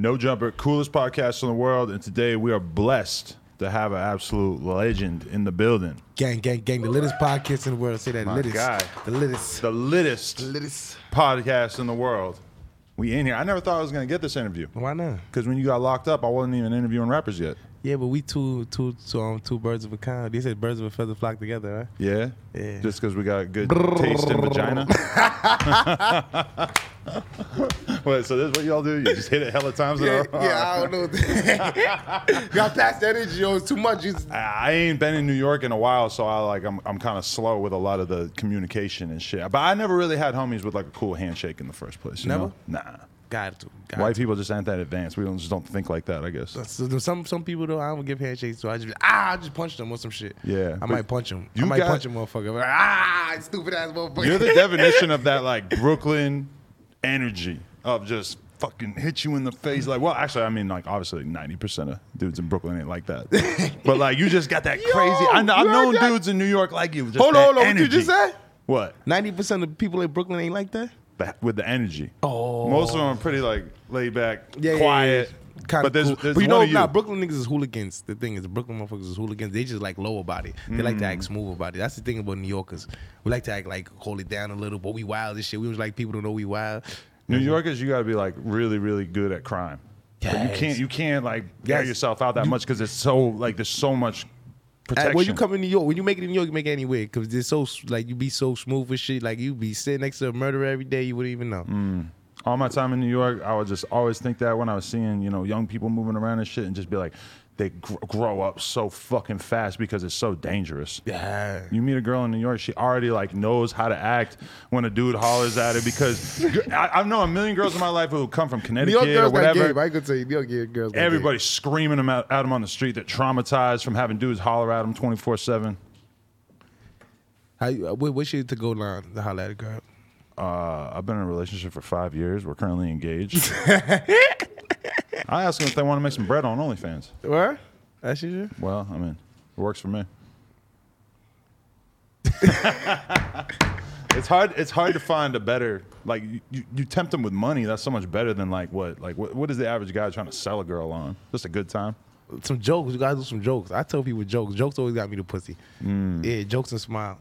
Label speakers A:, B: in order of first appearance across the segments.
A: No Jumper, coolest podcast in the world, and today we are blessed to have an absolute legend in the building.
B: Gang, gang, gang. The littest podcast in the world. Say that.
A: My
B: littest.
A: guy.
B: The littest.
A: The littest
B: littest.
A: podcast in the world. We in here. I never thought I was gonna get this interview
B: Why not?
A: because when you got locked up, I wasn't even interviewing rappers yet.
B: Yeah, but we two, two, two, um, two birds of a kind. They said birds of a feather flock together, right?
A: Yeah,
B: Yeah.
A: Just because we got good taste in vagina. Wait, so this is what y'all do? You just hit it hella times in a
C: Yeah,
A: row?
C: yeah, I don't know. Got past that energy, yo. It's too much. It's,
A: I ain't been in New York in a while, so I like I'm I'm kind of slow with a lot of the communication and shit. But I never really had homies with like a cool handshake in the first place. you
B: Never?
A: know? Nah.
B: Got to. Got
A: White
B: to.
A: people just aren't that advanced. We don't just don't think like that. I guess.
B: So there's some some people though I don't give handshakes, so I just be like, ah, I just punch them or some shit.
A: Yeah,
B: I
A: but
B: might punch them.
A: you
B: I might
A: got-
B: punch a motherfucker. But, ah,
C: ah, stupid ass motherfucker.
A: You're the definition of that like Brooklyn energy of just fucking hit you in the face. Like, well, actually, I mean, like obviously, ninety percent of dudes in Brooklyn ain't like that. But like, you just got that crazy. I know, I've
B: you heard
A: known
B: that?
A: dudes in New York like you. Just
B: Hold
A: that
B: on, hold on. What you
A: energy.
B: just said?
A: What?
B: Ninety percent of people in Brooklyn ain't like that.
A: the- with the energy. Oh, most of them are pretty like laid back,
B: Yeah, yeah,
A: quiet.
B: yeah, yeah. Kinda
A: but there's,
B: cool.
A: there's
B: but you
A: one
B: know,
A: of you.
B: nah, Brooklyn niggas is hooligans. The thing is, Brooklyn motherfuckers is hooligans. They just like low about it. They like to
A: Mm.
B: act smooth about it. That's the thing about New Yorkers. We like to act like hold it down a little, but we wild as shit. We was like people don't know we wild.
A: New Yorkers, you got to be like really, really good at crime. But you
B: Yes.
A: can't, you can't like wear
B: Yes.
A: yourself out that much because it's so like there's so much protection.
B: Uh, when you come in New York, when you make it in New York, you make it anywhere because it's so s- like you be so smooth with shit. Like you be sitting next to a murderer every day, you wouldn't even know.
A: Mm. All my time in New York, I would just always think that when I was seeing you know young people moving around and shit, and just be like, they gr- grow up so fucking fast because it's so dangerous.
B: Yeah.
A: You meet a girl in New York, she already like knows how to act when a dude hollers at her because I, I've known a million girls in my life who come from
C: New
A: Connecticut
C: York
A: or
C: girls got
A: whatever.
C: game. I could tell you, New York girls got game.
A: Everybody's screaming them out at them on the street. They're traumatized from having dudes holler at them twenty four seven.
B: How you, uh, what, what's your to go line to holler at a girl?
C: Uh,
A: I've been in a relationship for five years. We're currently engaged. I ask them if they want to make some bread on OnlyFans.
B: What? That's your shit?
A: Well, I mean, it works for me. it's hard. It's hard to find a better like you, you, you tempt them with money. That's so much better than like what like what, what is the average guy trying to sell a girl on? Just a good time.
B: Some jokes. You gotta do some jokes. I tell people jokes. Jokes always got me the pussy. Yeah, jokes and smile.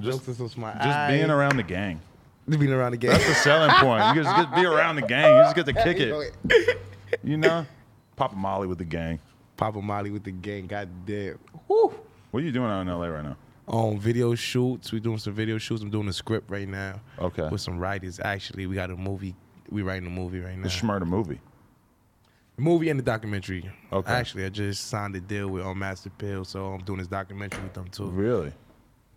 B: jokes and some smile.
A: Mm. Just being around the gang.
B: being around the game.
A: That's the selling point. You just get be around the gang. You just get to kick
C: You know
A: it.
C: it.
A: You know, pop a molly with the gang.
B: Papa Molly with the gang. God damn.
A: What are you doing out in L.A. right now?
B: On video shoots, we're doing some video shoots. I'm doing a script right now.
A: Okay.
B: With some writers. Actually, we got a movie. We writing a movie right now.
A: The Schmurda movie.
B: movie and the documentary.
A: Okay.
B: Actually, I just signed a deal with um, Master Pill, so I'm doing this documentary with them too.
A: Really?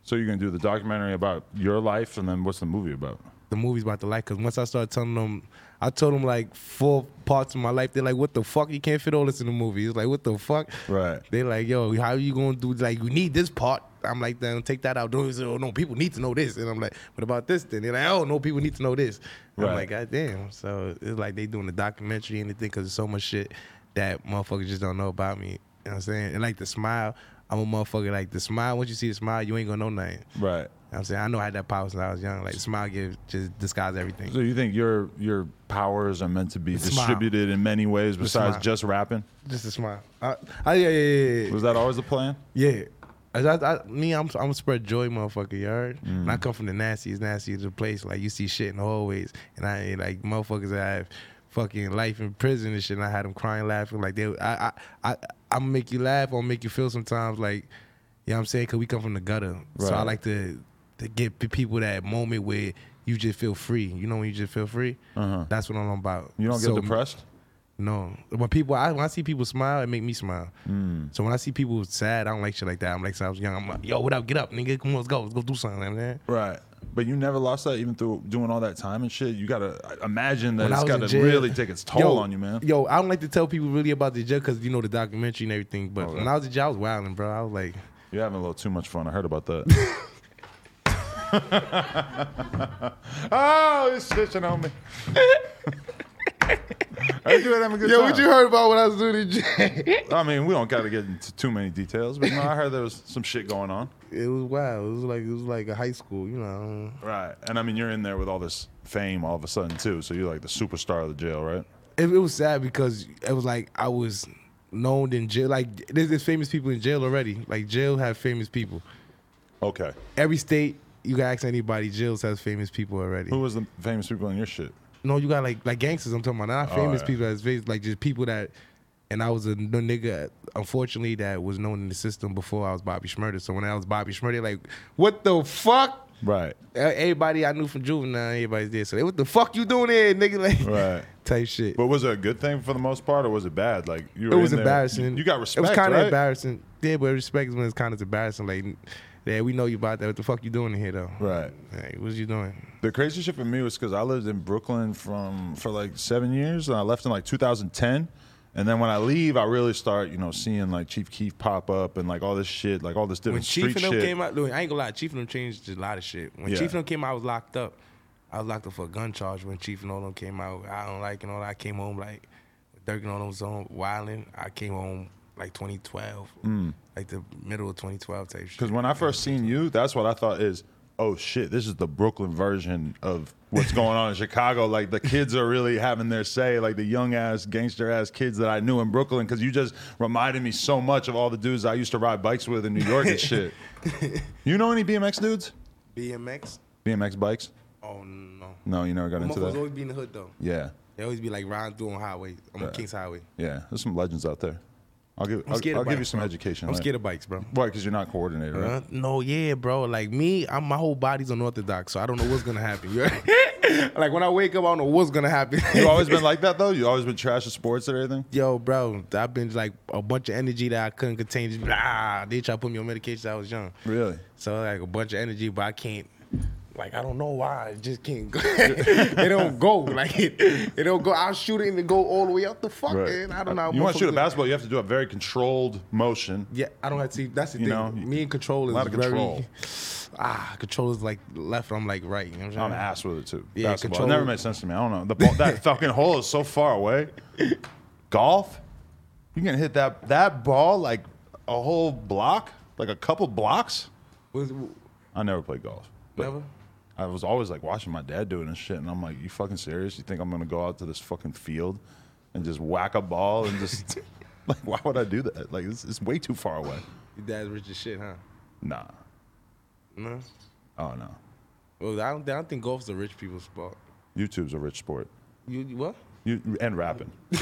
A: So you're gonna do the documentary about your life, and then what's the movie about?
B: The movie's about the life. Cause once I started telling them, I told them like four parts of my life. They're like, "What the fuck? You can't fit all this in the movie." It's like, "What the fuck?"
A: Right.
B: They like, "Yo, how you gonna do? Like, we need this part." I'm like, "Then take that out." They say, "Oh no, people need to know this." And I'm like, "What about this?" Then they're like, "Oh no, people need to know this."
A: Right.
B: I'm like, "God damn!" So it's like they doing the documentary and everything because there's so much shit that motherfuckers just don't know about me. You know what I'm saying? And like the smile, I'm a motherfucker. Like the smile. Once you see the smile, you ain't gonna know nothing.
A: Right.
B: You know what I'm saying I know I had that power since I was young. Like smile give just disguise
A: So
B: everything.
A: you think your your powers are meant to be
B: Smile.
A: distributed in many ways besides
B: smile.
A: just rapping?
B: Just a smile. I, I, Uh, oh, yeah, yeah, yeah,
A: Was that always the plan?
B: yeah. yeah. I, I, I, me, I'm I'm spread joy, motherfucker. You heard? And
A: Mm.
B: I come from the nastiest, nastiest of place. Like you see shit in the hallways, and I ain't like motherfuckers that have fucking life in prison and shit. And I had them crying, laughing. Like they, I, I, I, I make you laugh. I'll make you feel sometimes. Like you know what I'm saying? Cause we come from the gutter, so I
A: Right.
B: like to to get pe- people that moment where you just feel free. You know when you just feel free? That's what I'm about.
A: Uh-huh. You don't get
B: So-
A: depressed?
B: No, when people I, when I see people smile, it make me smile.
A: Mm.
B: So when I see people sad, I don't like shit like that. I'm like, since I was young, I'm like, yo, what up? Get up, nigga. Come on, let's go. Let's go do something. you know what I'm saying?
A: Right. But you never lost that, even through doing all that time and shit. You gotta I- imagine that
B: When I
A: it's
B: was
A: gotta
B: in jail-
A: really take its toll
B: Yo,
A: on you, man.
B: Yo, I don't like to tell people really about the jail because you know the documentary and everything.
A: Oh,
B: But when I was in jail, I was wilding, bro. I was like,
A: You're having a little too much fun. I heard about that. oh, he's snitching on me. I do it. having a good
C: Yo,
A: time.
C: what you heard about when I was doing the jail?
A: I mean, we don't gotta get into too many details, but no, I heard there was some shit going on.
B: it was wild. It was like it was like a high school, you know.
A: Right. And I mean, you're in there with all this fame all of a sudden too, so you're like the superstar of the jail, right?
B: It, it was sad because it was like I was known in jail. Like there's, there's famous people in jail already. Like jail have famous people.
A: Okay.
B: Every state you can ask anybody, jails has famous people already.
A: Who was the famous people in your shit?
B: No, you got like like gangsters. I'm talking about not famous
A: Oh, yeah.
B: people as famous, like just people that. And I was a n- nigga, unfortunately, that was known in the system before I was Bobby Schmurder. So when I was Bobby Schmurder, like, what the fuck?
A: Right.
B: E- Everybody I knew from juvenile, everybody's there. So they, what the fuck you doing there, nigga? Like,
A: Right.
B: type shit.
A: But was it a good thing for the most part, or was it bad? Like you
B: it
A: were
B: was
A: in there-
B: embarrassing.
A: You got respect.
B: It was kind of
A: right?
B: embarrassing. Yeah, but respect is when it's kind of embarrassing. Like, yeah, we know you about that. What the fuck you doing in here though?
A: Right.
B: Like, what you doing?
A: The crazy shit for me was because I lived in Brooklyn from for like seven years, and I left in like 2010. And then when I leave, I really start, you know, seeing like Chief Keef pop up and like all this shit, like all this different
B: when
A: street
B: Chief and them
A: shit.
B: came out, look, I ain't gonna lie, Chief and them changed a lot of shit. When
A: Yeah.
B: Chief and them came out, I was locked up. I was locked up for a gun charge when Chief and all them came out. I don't like and all that. I came home like Dirk and all them was on wilding. I came home like 2012, like the middle of 2012 type shit.
A: Because Mm. when I first seen you, that's what I thought is, oh shit, this is the Brooklyn version of what's going on in Chicago. Like the kids are really having their say, like the young ass, gangster ass kids that I knew in Brooklyn. Because you just reminded me so much of all the dudes I used to ride bikes with in New York and shit. you know any BMX dudes?
B: BMX?
A: BMX bikes?
B: Oh no.
A: No, you never got into
B: Motherfuckers
A: that.
B: always be in the hood though.
A: Yeah,
B: They always be like riding through on highway. I'm on
A: Right.
B: King's Highway.
A: yeah. There's some legends out there. I'll give. I'll,
B: scared
A: I'll
B: of
A: give you
B: bikes,
A: some
B: bro.
A: education.
B: I'm
A: right?
B: scared of bikes, bro.
A: Why? Because you're not coordinated, right?
B: Uh, no, yeah, bro. Like me, I'm, my whole body's unorthodox, so I don't know what's gonna happen. You heard? like when I wake up, I don't know what's gonna happen.
A: You always been like that though. You always been trash at sports and everything.
B: Yo, bro, I've been like a bunch of energy that I couldn't contain. Just blah, they try to put me on medication. since I was young,
A: Really?
B: so like a bunch of energy, but I can't. Like I don't know why it just can't go. it don't go. Like it, it don't go. I'll shoot it and it go all the way up the fuck.
A: Right.
B: And I don't know. how
A: You want to shoot a
B: motherfuckers-
A: basketball, you have to do a very controlled motion.
B: Yeah, I don't have to. That's the
A: You
B: thing.
A: know,
B: me and control
A: a
B: is
A: lot of
B: very-
A: control.
B: ah, control is like left. I'm like right. You know what I'm saying?
A: I'm an ass with it too.
B: Yeah,
A: Basketball.
B: control-
A: It never made sense to me. I don't know. The ball, that fucking hole is so far away. Golf, you can hit that that ball like a whole block, like a couple blocks.
B: Was-
A: I never played golf. but
B: Never?
A: I was always like watching my dad do it and shit, and I'm like, "You fucking serious? You think I'm gonna go out to this fucking field and just whack a ball and just like, why would I do that? Like, it's, it's way too far away."
B: Your dad's rich as shit, huh?
A: Nah.
B: No.
A: Oh no.
B: Well, I don't. I don't think golf's a rich people's sport.
A: YouTube's a rich sport.
B: You you what?
A: You and rapping.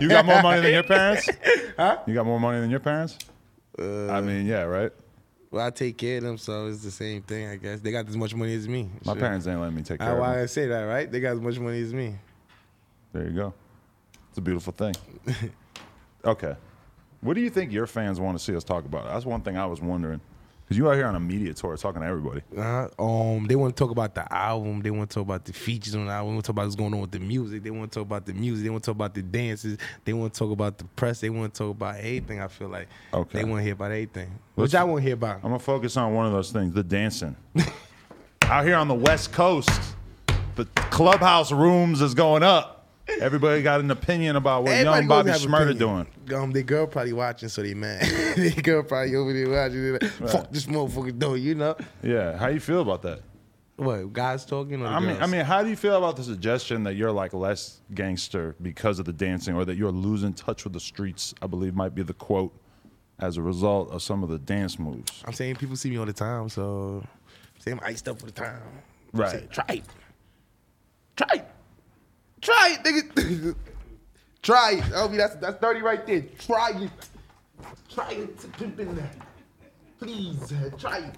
A: you got more money than your parents? Huh? You got more money than your parents?
B: Uh,
A: I mean, yeah, right.
B: Well, I take care of them, so it's the same thing, I guess. They got as much money as me.
A: My
B: Shit.
A: parents ain't letting me take care
B: I,
A: of
B: why
A: them.
B: I say that, right? They got as much money as me.
A: There you go. It's a beautiful thing. okay. What do you think your fans want to see us talk about? That's one thing I was wondering. Because you out here on a media tour talking to everybody.
B: Uh, um, they want to talk about the album. They want to talk about the features on the album. They want to talk about what's going on with the music. They want to talk about the music. They want to talk about the dances. They want to talk about the press. They want to talk about everything. I feel like
A: Okay.
B: they want to hear about everything, which I want to hear about.
A: I'm gonna focus on one of those things, the dancing. Out here on the West Coast, the clubhouse rooms is going up. Everybody got an opinion about what
B: Everybody
A: young
B: goes
A: Bobby
B: have
A: Schmurter doing.
B: opinion. Um, the girl probably watching, so they mad. the girl probably over there watching. they Like, Fuck this motherfucker, though. You know
A: Yeah, how you feel about that?
B: what? Guys talking. Or the
A: I mean, I
B: girls?
A: mean, how do you feel about the suggestion that you're like less gangster because of the dancing, or that you're losing touch with the streets? I believe might be the quote as a result of some of the dance moves.
B: I'm saying people see me all the time, so say I'm iced up all the time.
A: Right.
B: Say, try it. Try it. Try it, nigga. Try it. Obi, that's that's 30 right there. Try it. Try it to pimp in there. Please, uh, try it.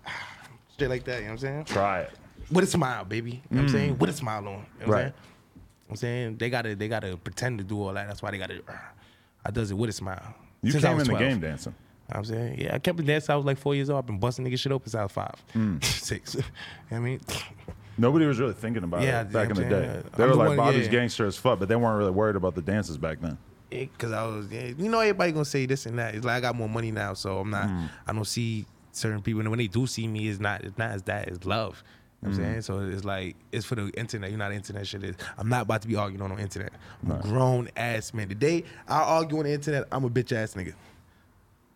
B: Shit like that, you know what I'm saying?
A: Try it.
B: With a smile, baby. You know what I'm saying? With a smile on. You know what I'm
A: Mm. Right.
B: saying? I'm saying they gotta they gotta pretend to do all that. That's why they gotta. uh, I does it with a smile.
A: You
B: Since I
A: came in
B: was
A: the
B: 12.
A: game dancing.
B: I'm saying, yeah, I kept dancing. since I was like four years old. I've been busting nigga shit open since I was five, six. You know what I mean,
A: Nobody was really thinking about
B: Yeah,
A: it back in
B: I'm
A: the
B: saying,
A: day.
B: uh,
A: They
B: I'm
A: were
B: the
A: like
B: one-
A: Bobby's
B: yeah.
A: gangster as fuck, but they weren't really worried about the dances back then.
B: because I was, yeah, you know, everybody gonna say this and that. It's like I got more money now, so I'm not. I don't see certain people, and when they do see me, it's not. It's not as that. It's love. You know what I'm saying, so it's like it's for the internet. You know how the internet shit is. I'm not about to be arguing on the internet. I'm a grown ass man. The day I argue on the internet, I'm a bitch ass nigga.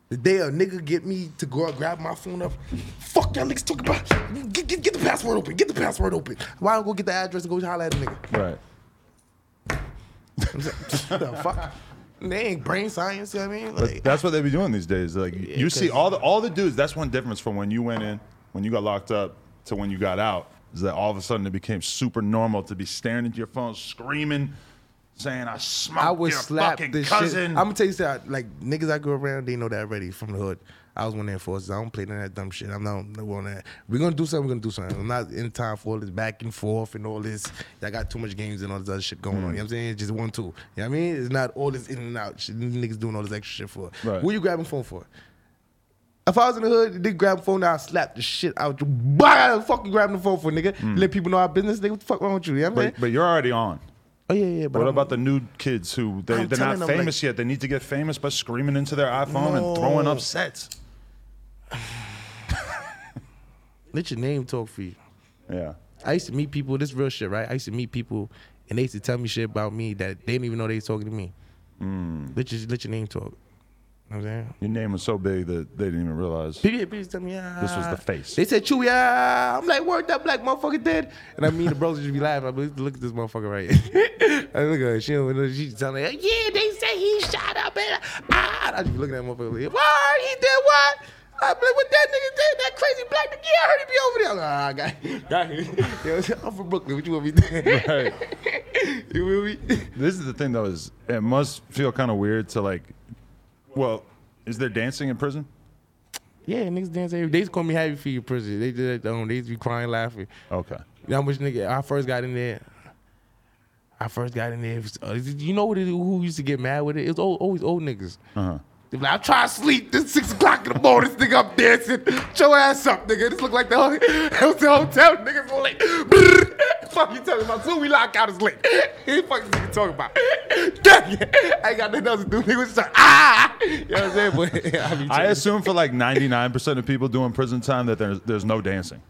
C: The day a nigga get me to go out, grab my phone up, fuck y'all niggas talking about. Get, get, get the password open. Get the password open.
B: Why don't go get the address and go holler at a nigga?
A: Right.
B: the fuck? They ain't brain science. You know what I mean,
A: But
B: like,
A: that's what they be doing these days. Like you see
B: 'cause-
A: all the all the dudes. That's one difference from when you went in, when you got locked up, to when you got out. Is that all of a sudden it became super normal to be staring at your phone, screaming, saying, "I smoked
B: I would
A: your
B: slap
A: fucking
B: this
A: cousin."
B: shit. I'm gonna tell you something. Like niggas I grew up around, they know that already from the hood. I was one of the enforcers. I don't play none of that dumb shit. I'm not no one that. We're gonna do something. We're gonna do something. I'm not in time for all this back and forth and all this. I got too much games and all this other shit going on. You know what I'm saying? It's just one, two. You know what I mean? It's not all this in and out shit. These Niggas doing all this extra shit for.
A: Right.
B: What you grabbing phone for? If I was in the hood, they grab the phone, I slap the shit out you. Bah, fucking grabbing the phone for nigga. Let people know our business. Nigga, what the fuck wrong with you? You know what I'm
A: but,
B: saying?
A: but you're already on.
B: Oh yeah, yeah. But
A: What
B: I'm-
A: about the new kids who they,
B: I'm
A: they're not
B: telling them,
A: famous
B: like-
A: yet? They need to get famous by screaming into their iPhone and throwing
B: No.
A: up sets.
B: Let your name talk for you.
A: Yeah.
B: I used to meet people. This real shit, right? I used to meet people, and they used to tell me shit about me that they didn't even know they was talking to me. Let your let your name talk. You know what I'm saying.
A: Your name was so big that they didn't even realize.
B: People, people used to tell me, yeah.
A: This was the face.
B: They said, Chewy, yeah. I'm like, word that black motherfucker did. And I mean, the bros just be laughing. I'm like, look at this motherfucker right here. I look at her. She, don't know. she telling me, yeah, they say he shot up. And ah. And I just be looking at that motherfucker. Like, what? He did what? I'm like, what that nigga did? That crazy black nigga? Yeah, I heard he be over there. I'm like, ah, I got, got him. You know what I'm saying? I'm from Brooklyn. What you want me to do?
A: Right.
B: You feel me?
A: This is the thing though is it must feel kind of weird to like, well, is there dancing in prison?
B: Yeah, niggas dance every day. They used to call me Happy Feet in prison. They did that. Um, they used to be crying, laughing.
A: Okay.
B: You know how much nigga I first got in there. I first got in there. it was- uh, you know what? It, who used to get mad with it? It was old, always old niggas.
A: Uh-huh.
B: They be like, I'm trying to sleep. This six o'clock in the morning. This nigga up dancing. Shut your ass up, nigga. This look like the whole, it was the hotel. Niggas all late. Brrr. Fuck you talking about? Soon we lock out is late. He fuck this nigga talking about? Damn it. I ain't got nothing else to do. Niggas just like, ah. You know what I'm saying? But I, be
A: I assume for like 99% of people doing prison time that there's, there's no dancing.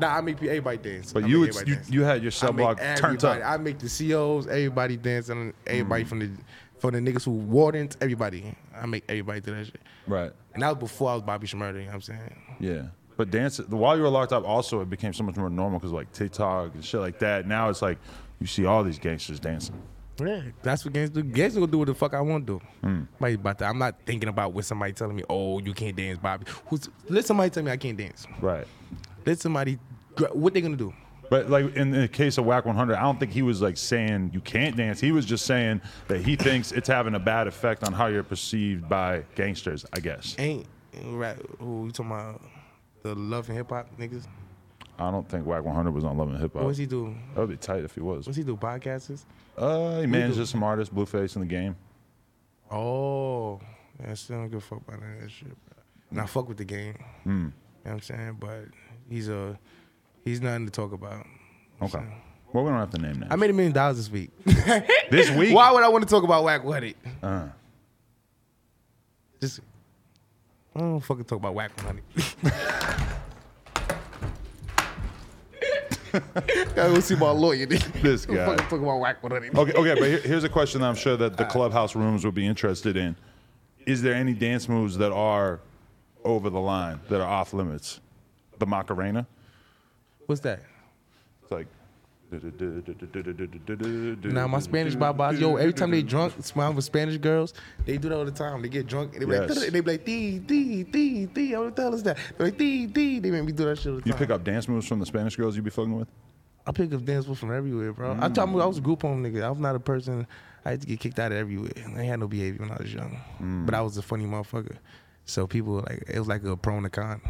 B: Nah, I make pe- everybody dance.
A: But
B: I
A: you,
B: make
A: would,
B: everybody
A: you
B: dance.
A: you had your
B: I
A: cell
B: make
A: block turned
B: everybody-
A: up. Mm-hmm.
B: I make the COs, everybody dancing, everybody from the from the niggas who wardens, everybody. I make everybody do that shit.
A: Right.
B: And that was before I was Bobby Shmurda, you know what I'm saying?
A: Yeah. But dance while you were locked up, also it became so much more normal because like TikTok and shit like that. Now it's like you see all these gangsters dancing.
B: Yeah, that's what gangs do. Gangs gonna do what the fuck I want to do.
A: Mm.
B: Somebody about that. I'm not thinking about what somebody telling me. Oh, you can't dance, Bobby. Who's, let somebody tell me I can't dance.
A: Right.
B: Let somebody. What they gonna do?
A: But like in the case of Whack 100, I don't think he was like saying you can't dance. He was just saying that he thinks it's having a bad effect on how you're perceived by gangsters. I guess.
B: Ain't right. Who you talking about? The love and hip hop niggas.
A: I don't think Whack 100 was on Love and Hip Hop.
B: What's he do?
A: That would be tight if he was.
B: What's he do? Podcasters.
A: Uh, he manages some artists, Blueface in the game.
B: Oh, yeah, I still don't give a fuck about none of that shit. Bro. And I fuck with the game. You know what I'm saying? But he's a he's nothing to talk about.
A: Okay. Well, we don't have to name names.
B: I made a million dollars this week.
A: this week.
B: Why would I want to talk about Whack One Hundred?
A: Uh,
B: Just I don't fucking talk about Whack One Hundred. I go see my lawyer. nigga.
A: this
B: Don't
A: guy.
B: fucking talk about Whack One Hundred.
A: Okay, okay, but here- here's a question that I'm sure that the clubhouse rooms would be interested in. Is there any dance moves that are over the line that are off limits? The Macarena?
B: What's that?
A: It's like
B: Now my Spanish babas, yo, every time they drunk, smile with Spanish girls, they do that all the time. They get drunk and they be like,
A: Yes.
B: "Tuh-tuh," and they be like, "Dee, dee, dee, dee." What the hell is that? They're like, "Dee, dee." They make me do that shit all the time.
A: You pick up dance moves from the Spanish girls you be fucking with?
B: I pick up dance moves from everywhere, bro.
A: Mm.
B: I told you I was a group home nigga. I was not a person. I had to get kicked out of everywhere. I ain't had no behavior when I was young,
A: Mm.
B: but I was a funny motherfucker. So people were like it was like a pro and a con.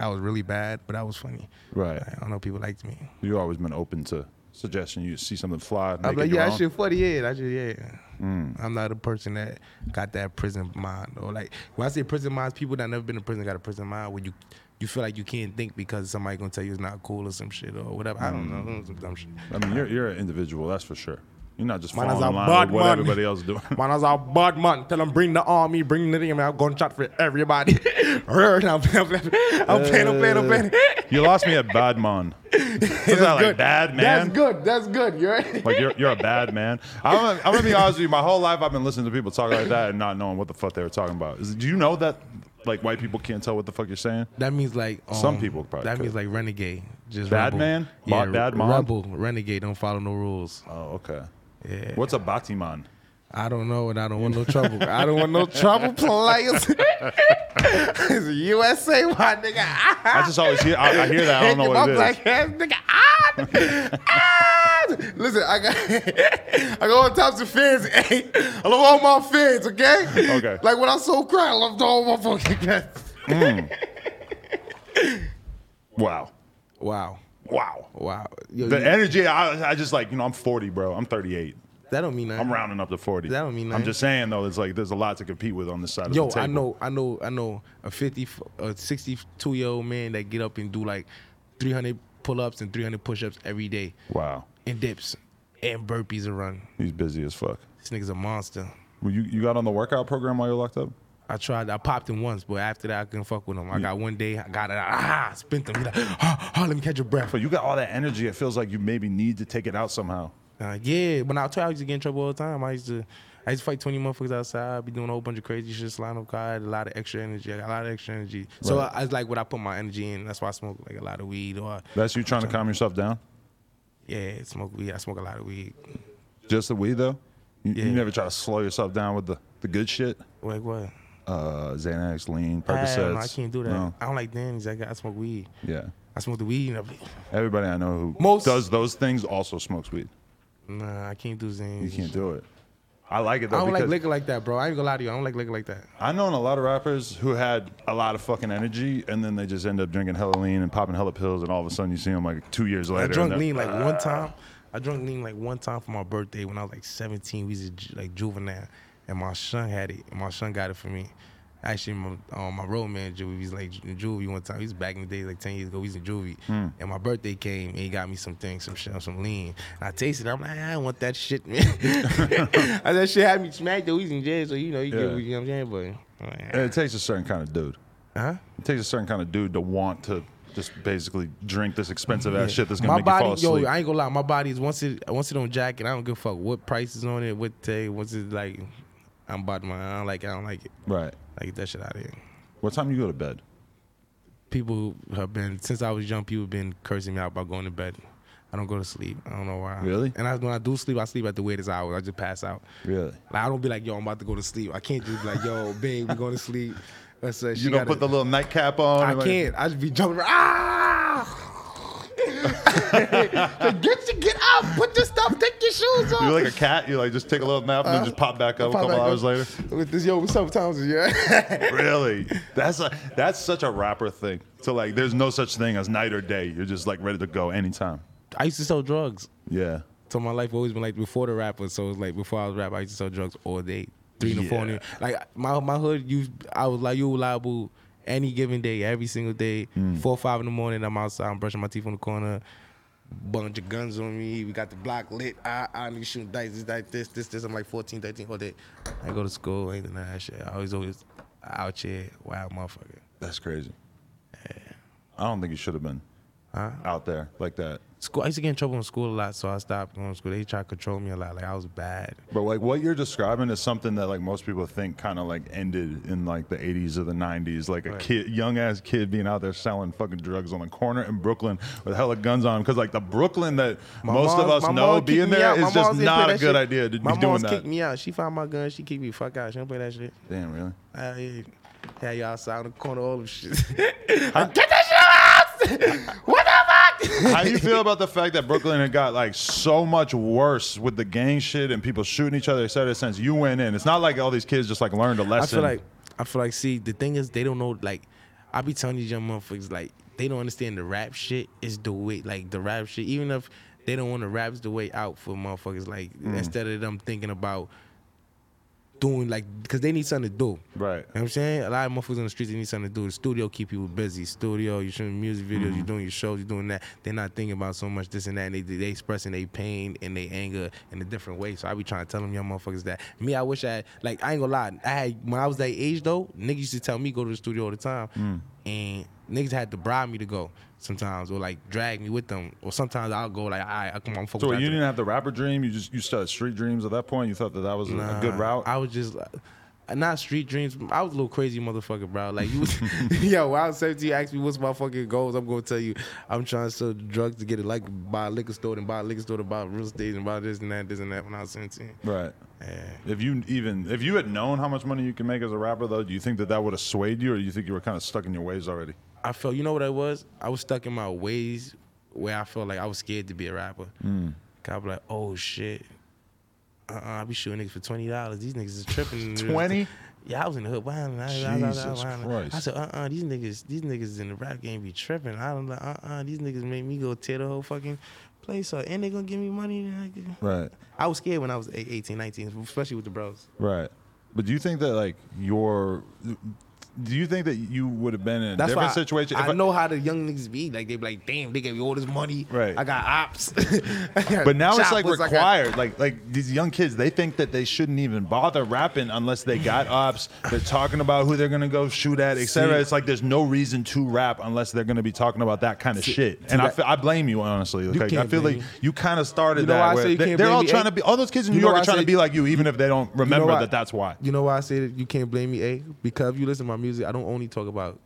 B: I was really bad, but I was funny.
A: Right.
B: I don't know. People liked me.
A: You always been open to suggestion. You see something fly. Make
B: I'm like,
A: it your
B: yeah, I
A: own. Mm.
B: should 48. I should, yeah. I'm not a person that got that prison mind. Or like, when I say prison minds, people that never been to prison got a prison mind where you you feel like you can't think because somebody gonna tell you it's not cool or some shit or whatever. I don't know.
A: Mm.
B: Some dumb shit.
A: I mean, you're you're an individual, that's for sure. You're not just
B: Man,
A: following
B: that's a
A: along
B: bad
A: with what
B: man.
A: everybody else is doing.
B: Man, I was a bad man. Tell them bring the army, bring the thing. I'm gunshot for everybody. I'm playing, I'm playing, I'm playing, I'm playing. I'm playing.
A: you lost me at bad man. Is that like bad man?
B: That's good. That's good. You're right.
A: Like you're you're a bad man. I'm gonna, I'm gonna be honest with you. My whole life I've been listening to people talk like that and not knowing what the fuck they were talking about. Is, do you know that like white people can't tell what the fuck you're saying?
B: That means like um,
A: Some people probably
B: That
A: could.
B: means like renegade, just
A: Bad
B: rebel.
A: man?
B: yeah,
A: Ba- bad mom?
B: rebel, renegade. Don't follow no rules.
A: Oh, okay.
B: Yeah.
A: What's a batiman?
B: I don't know, and I don't want no trouble. I don't want no trouble, players. it's USA, my nigga.
A: I
B: Ah,
A: just always hear I, I hear that. I don't know
B: my
A: what it is.
B: black ass nigga. Ah, nigga. ah. Listen, I got, I got all types of fans. Hey, I love all my fans. Okay.
A: Okay.
B: Like when I so cry, I love all my fucking fans.
A: Hmm. Wow.
B: Wow.
A: Wow.
B: Wow. Yo,
A: The
B: you-
A: energy, I, I just like, you know, I'm 40, bro. I'm 38.
B: that don't mean nothing.
A: I'm rounding up to 40.
B: That don't mean
A: I'm
B: nothing.
A: just saying, though, it's like there's a lot to compete with on this side
B: Yo,
A: of the table.
B: I know, I know, I know a fifty, f- a sixty-two year old man that get up and do like three hundred pull-ups and three hundred push-ups every day,
A: Wow.
B: and dips and burpees a run.
A: He's busy as fuck.
B: This nigga's a monster.
A: Well, you, you got on the workout program while you're locked up?
B: I tried, I popped him once, but after that I couldn't fuck with him. I got one day, I got it, ah, spent him. He like, ah, ah, let me catch your breath.
A: But you got all that energy. It feels like you maybe need to take it out somehow.
B: Uh, yeah, when I was 12, I used to get in trouble all the time. I used to, I used to fight 20 motherfuckers outside. i be doing a whole bunch of crazy shit, sliding up car. I had a lot of extra energy. I got a lot of extra energy. So
A: Right.
B: I, I like what I put my energy in. That's why I smoke like a lot of weed or
A: That's you trying to calm yourself down?
B: yeah, smoke weed. I smoke a lot of weed.
A: Just the weed, though? You, you
B: Yeah.
A: never try to slow yourself down with the, the good shit?
B: Like what?
A: Uh, Xanax, lean,
B: Hell
A: Percocets.
B: no, I can't do that.
A: No.
B: I don't like Danny's. I got I smoke weed.
A: Yeah.
B: I smoke the weed and I'm like,
A: Everybody I know who
B: Most-
A: does those things also smokes weed.
B: nah, I can't do Zans.
A: You can't do it. I like it
B: I
A: though.
B: don't like
A: because-
B: liquor like that, bro. I ain't gonna lie to you. I don't like liquor like that.
A: I've known a lot of rappers who had a lot of fucking energy, and then they just end up drinking hella lean and popping hella pills, and all of a sudden you see them like two years later.
B: I
A: and
B: drunk
A: they're-
B: lean like one time. I drunk lean like one time for my birthday when I was like 17. We was ju- like juvenile, and my son had it. And my son got it for me. Actually, my, um, my road manager, we was like in juvie one time. He was back in the day, like 10 years ago. We was in juvie. And my birthday came, and he got me some things, some shit, some lean. And I tasted it. I'm like, "Ah, I don't want that shit, man. I, that shit had me smacked, though. We was in jail, so you know, you,
A: Yeah. Eh,
B: get, you know what I'm saying? But, I'm like,
A: And it takes a certain kind of dude.
B: huh?
A: It takes a certain kind of dude to want to just basically drink this expensive ass shit that's gonna
B: my
A: make
B: body,
A: you fall asleep.
B: Yo, I ain't gonna lie, my body is once it once it on jacket, I don't give a fuck what price is on it, what day, once it's like I'm about my I don't like I don't like it.
A: right.
B: I get that shit out of here.
A: What time you go to bed?
B: People have been since I was young, people have been cursing me out about going to bed. I don't go to sleep. I don't know why.
A: Really?
B: And I, when I do sleep, I sleep at the weirdest hours. I just pass out.
A: Really?
B: Like I don't be like, yo, I'm about to go to sleep. I can't just be like, yo, Bing, we going to sleep. That's uh,
A: You don't put the little nightcap on.
B: I
A: and, like-
B: can't. I just be jumping. Around. Ah! Like, get you get up. Put your stuff. Take your shoes off.
A: You're like a cat. You like just take a little nap and then just pop back up a
B: Pop
A: couple
B: back
A: hours
B: up
A: later.
B: With this, yo, sometimes, yeah.
A: really? That's a that's such a rapper thing. So like, there's no such thing as night or day. You're just like ready to go anytime.
B: I used to sell drugs.
A: Yeah.
B: So my life always been like before the rapper. So it's like before I was rap, I used to sell drugs all day, three to four. in
A: Yeah.
B: the- Like my my hood, you I was like you liable any given day, every single day, four five in the morning. I'm outside, I'm brushing my teeth on the corner. Bunch of guns on me. We got the block lit. I I need shooting dice, this, that, this, this, this. I'm like 14, 13 all day. I go to school, ain't none of that shit. I always always out here, wild motherfucker.
A: That's crazy. I don't think you should have been out there like that.
B: School. I used to get in trouble in school a lot, so I stopped going to school. They tried to control me a lot. Like I was bad.
A: But like what you're describing is something that like most people think kind of like ended in like the 80s or the 90s. Like a kid, young ass kid being out there selling fucking drugs on the corner in Brooklyn with hella guns on him. Because like the Brooklyn that
B: My
A: most of
B: moms-
A: us
B: my
A: know
B: mom kicked
A: being
B: me
A: there
B: out.
A: is
B: My
A: just
B: moms didn't
A: not
B: play
A: a
B: that
A: good
B: shit.
A: idea to
B: my
A: be
B: mom's
A: doing that.
B: kicked me out. She found my gun. She kicked me fuck out. She don't play that shit.
A: Damn, really?
B: Uh, yeah. Had you outside on the corner, all them shit. Like, Get that shit out! what the fuck?
A: How do you feel about the fact that Brooklyn had got like so much worse with the gang shit and people shooting each other, et cetera, since you went in? It's not like all these kids just like learned a
B: I
A: lesson.
B: feel like I feel like see the thing is they don't know like I be telling these young motherfuckers like they don't understand the rap shit is the way like the rap shit even if they don't want to rap the way out for motherfuckers. Like
A: Mm.
B: instead of them thinking about doing like because they need something to do.
A: Right.
B: You know what I'm saying? A lot of motherfuckers on the streets they need something to do. The studio keep people busy. Studio, you're shooting music videos,
A: Mm-hmm.
B: you're doing your shows, you're doing that. They're not thinking about so much this and that. And they they expressing their pain and their anger in a different way. So I be trying to tell them young motherfuckers that. Me, I wish I had, like I ain't gonna lie. I had when I was that age though, niggas used to tell me go to the studio all the time.
A: Mm.
B: And niggas had to bribe me to go sometimes or like drag me with them. Or sometimes I'll go like, all right, I come on, I'm fucking
A: So
B: trying
A: you
B: to-
A: didn't have the rapper dream. You just you started street dreams at that point. You thought that that was a- a good
B: Nah,
A: route.
B: I was just uh, not street dreams. I was a little crazy motherfucker, bro. Like you was yo, when I was 17, you asked me what's my fucking goals. I'm gonna tell you I'm trying to sell drugs to get it like buy a liquor store and buy a liquor store to buy real estate and buy this and that, this and that when I was 17.
A: right.
B: Yeah.
A: If you even if you had known how much money you can make as a rapper, though, do you think that that would have swayed you, or do you think you were kind of stuck in your ways already?
B: I felt you know what I was? I was stuck in my ways where I felt like I was scared to be a rapper.
A: Mm.
B: i I'd be like, oh shit. Uh-uh, I be shooting niggas for twenty dollars. These niggas is tripping.
A: 20?
B: Yeah, I was in the hood. Wilding, Jesus
A: Jesus Christ.
B: I said, uh, uh these niggas, these niggas in the rap game be tripping. I don't like, uh, uh these niggas make me go tear the whole fucking place up, and they gonna give me money. And I, can-
A: Right.
B: I was scared when I was eight- 18, 19, especially with the bros.
A: Right. But do you think that like your do you think that you would have been in a
B: That's
A: different
B: why
A: situation?
B: I,
A: if I-
B: know how the young niggas be. Like they be like, damn, they gave me all this money.
A: Right.
B: I got ops.
A: But now it's like required. Like like these young kids, they think that they shouldn't even bother rapping unless they got ops. They're talking about who they're gonna go shoot at, etc.
B: See-
A: It's like there's no reason to rap unless they're gonna be talking about that kind of shit. And I
B: that-
A: feel- I blame you honestly. Okay? I
B: can't
A: feel
B: blame
A: like
B: me.
A: you kind of started
B: You know why I
A: that.
B: say
A: Where
B: you
A: they,
B: can't
A: they're
B: blame
A: all
B: me,
A: trying
B: eh?
A: to be. All those kids in
B: You
A: New
B: know
A: York
B: why
A: are
B: I
A: trying
B: say-
A: to be like you, even if they don't remember
B: why-
A: that. That's why.
B: You know why I say that you can't blame me, A? Because you listen to my music, I don't only talk about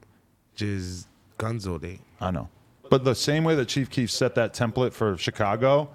B: just guns all day.
A: I know. But the same way that Chief Keef set that template for Chicago,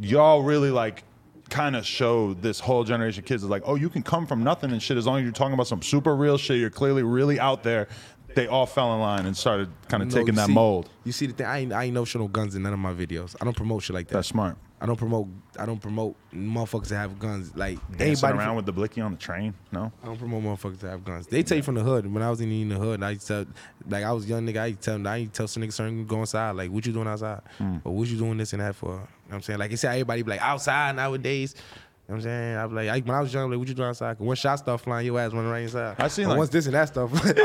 A: y'all really like kind of showed this whole generation of kids is like, oh, you can come from nothing and shit as long as you're talking about some super real shit. You're clearly really out there. They all fell in line and started kind of
B: No,
A: taking
B: you
A: that
B: see-
A: mold.
B: You see the thing, I ain't I ain't no shit on guns in none of my videos. I don't promote shit like that.
A: That's smart.
B: I don't promote I don't promote motherfuckers that have guns. Like
A: Dancing
B: anybody
A: around
B: from-
A: with the blicky on the train. No,
B: I don't promote motherfuckers to have guns. They tell you from the hood. When I was in the, in the hood, I used to tell, like I was a young nigga, I used to tell them, I used to tell some niggas certain go inside, like what you doing outside,
A: Hmm.
B: or what you doing this and that for. You know what I'm saying like it's how everybody be like outside nowadays. You know what I'm saying I be like I, when I was young, like what you doing outside? 'Cause once shot start flying, your ass running right inside.
A: I seen,
B: Or
A: like-
B: once this and that stuff.
A: probably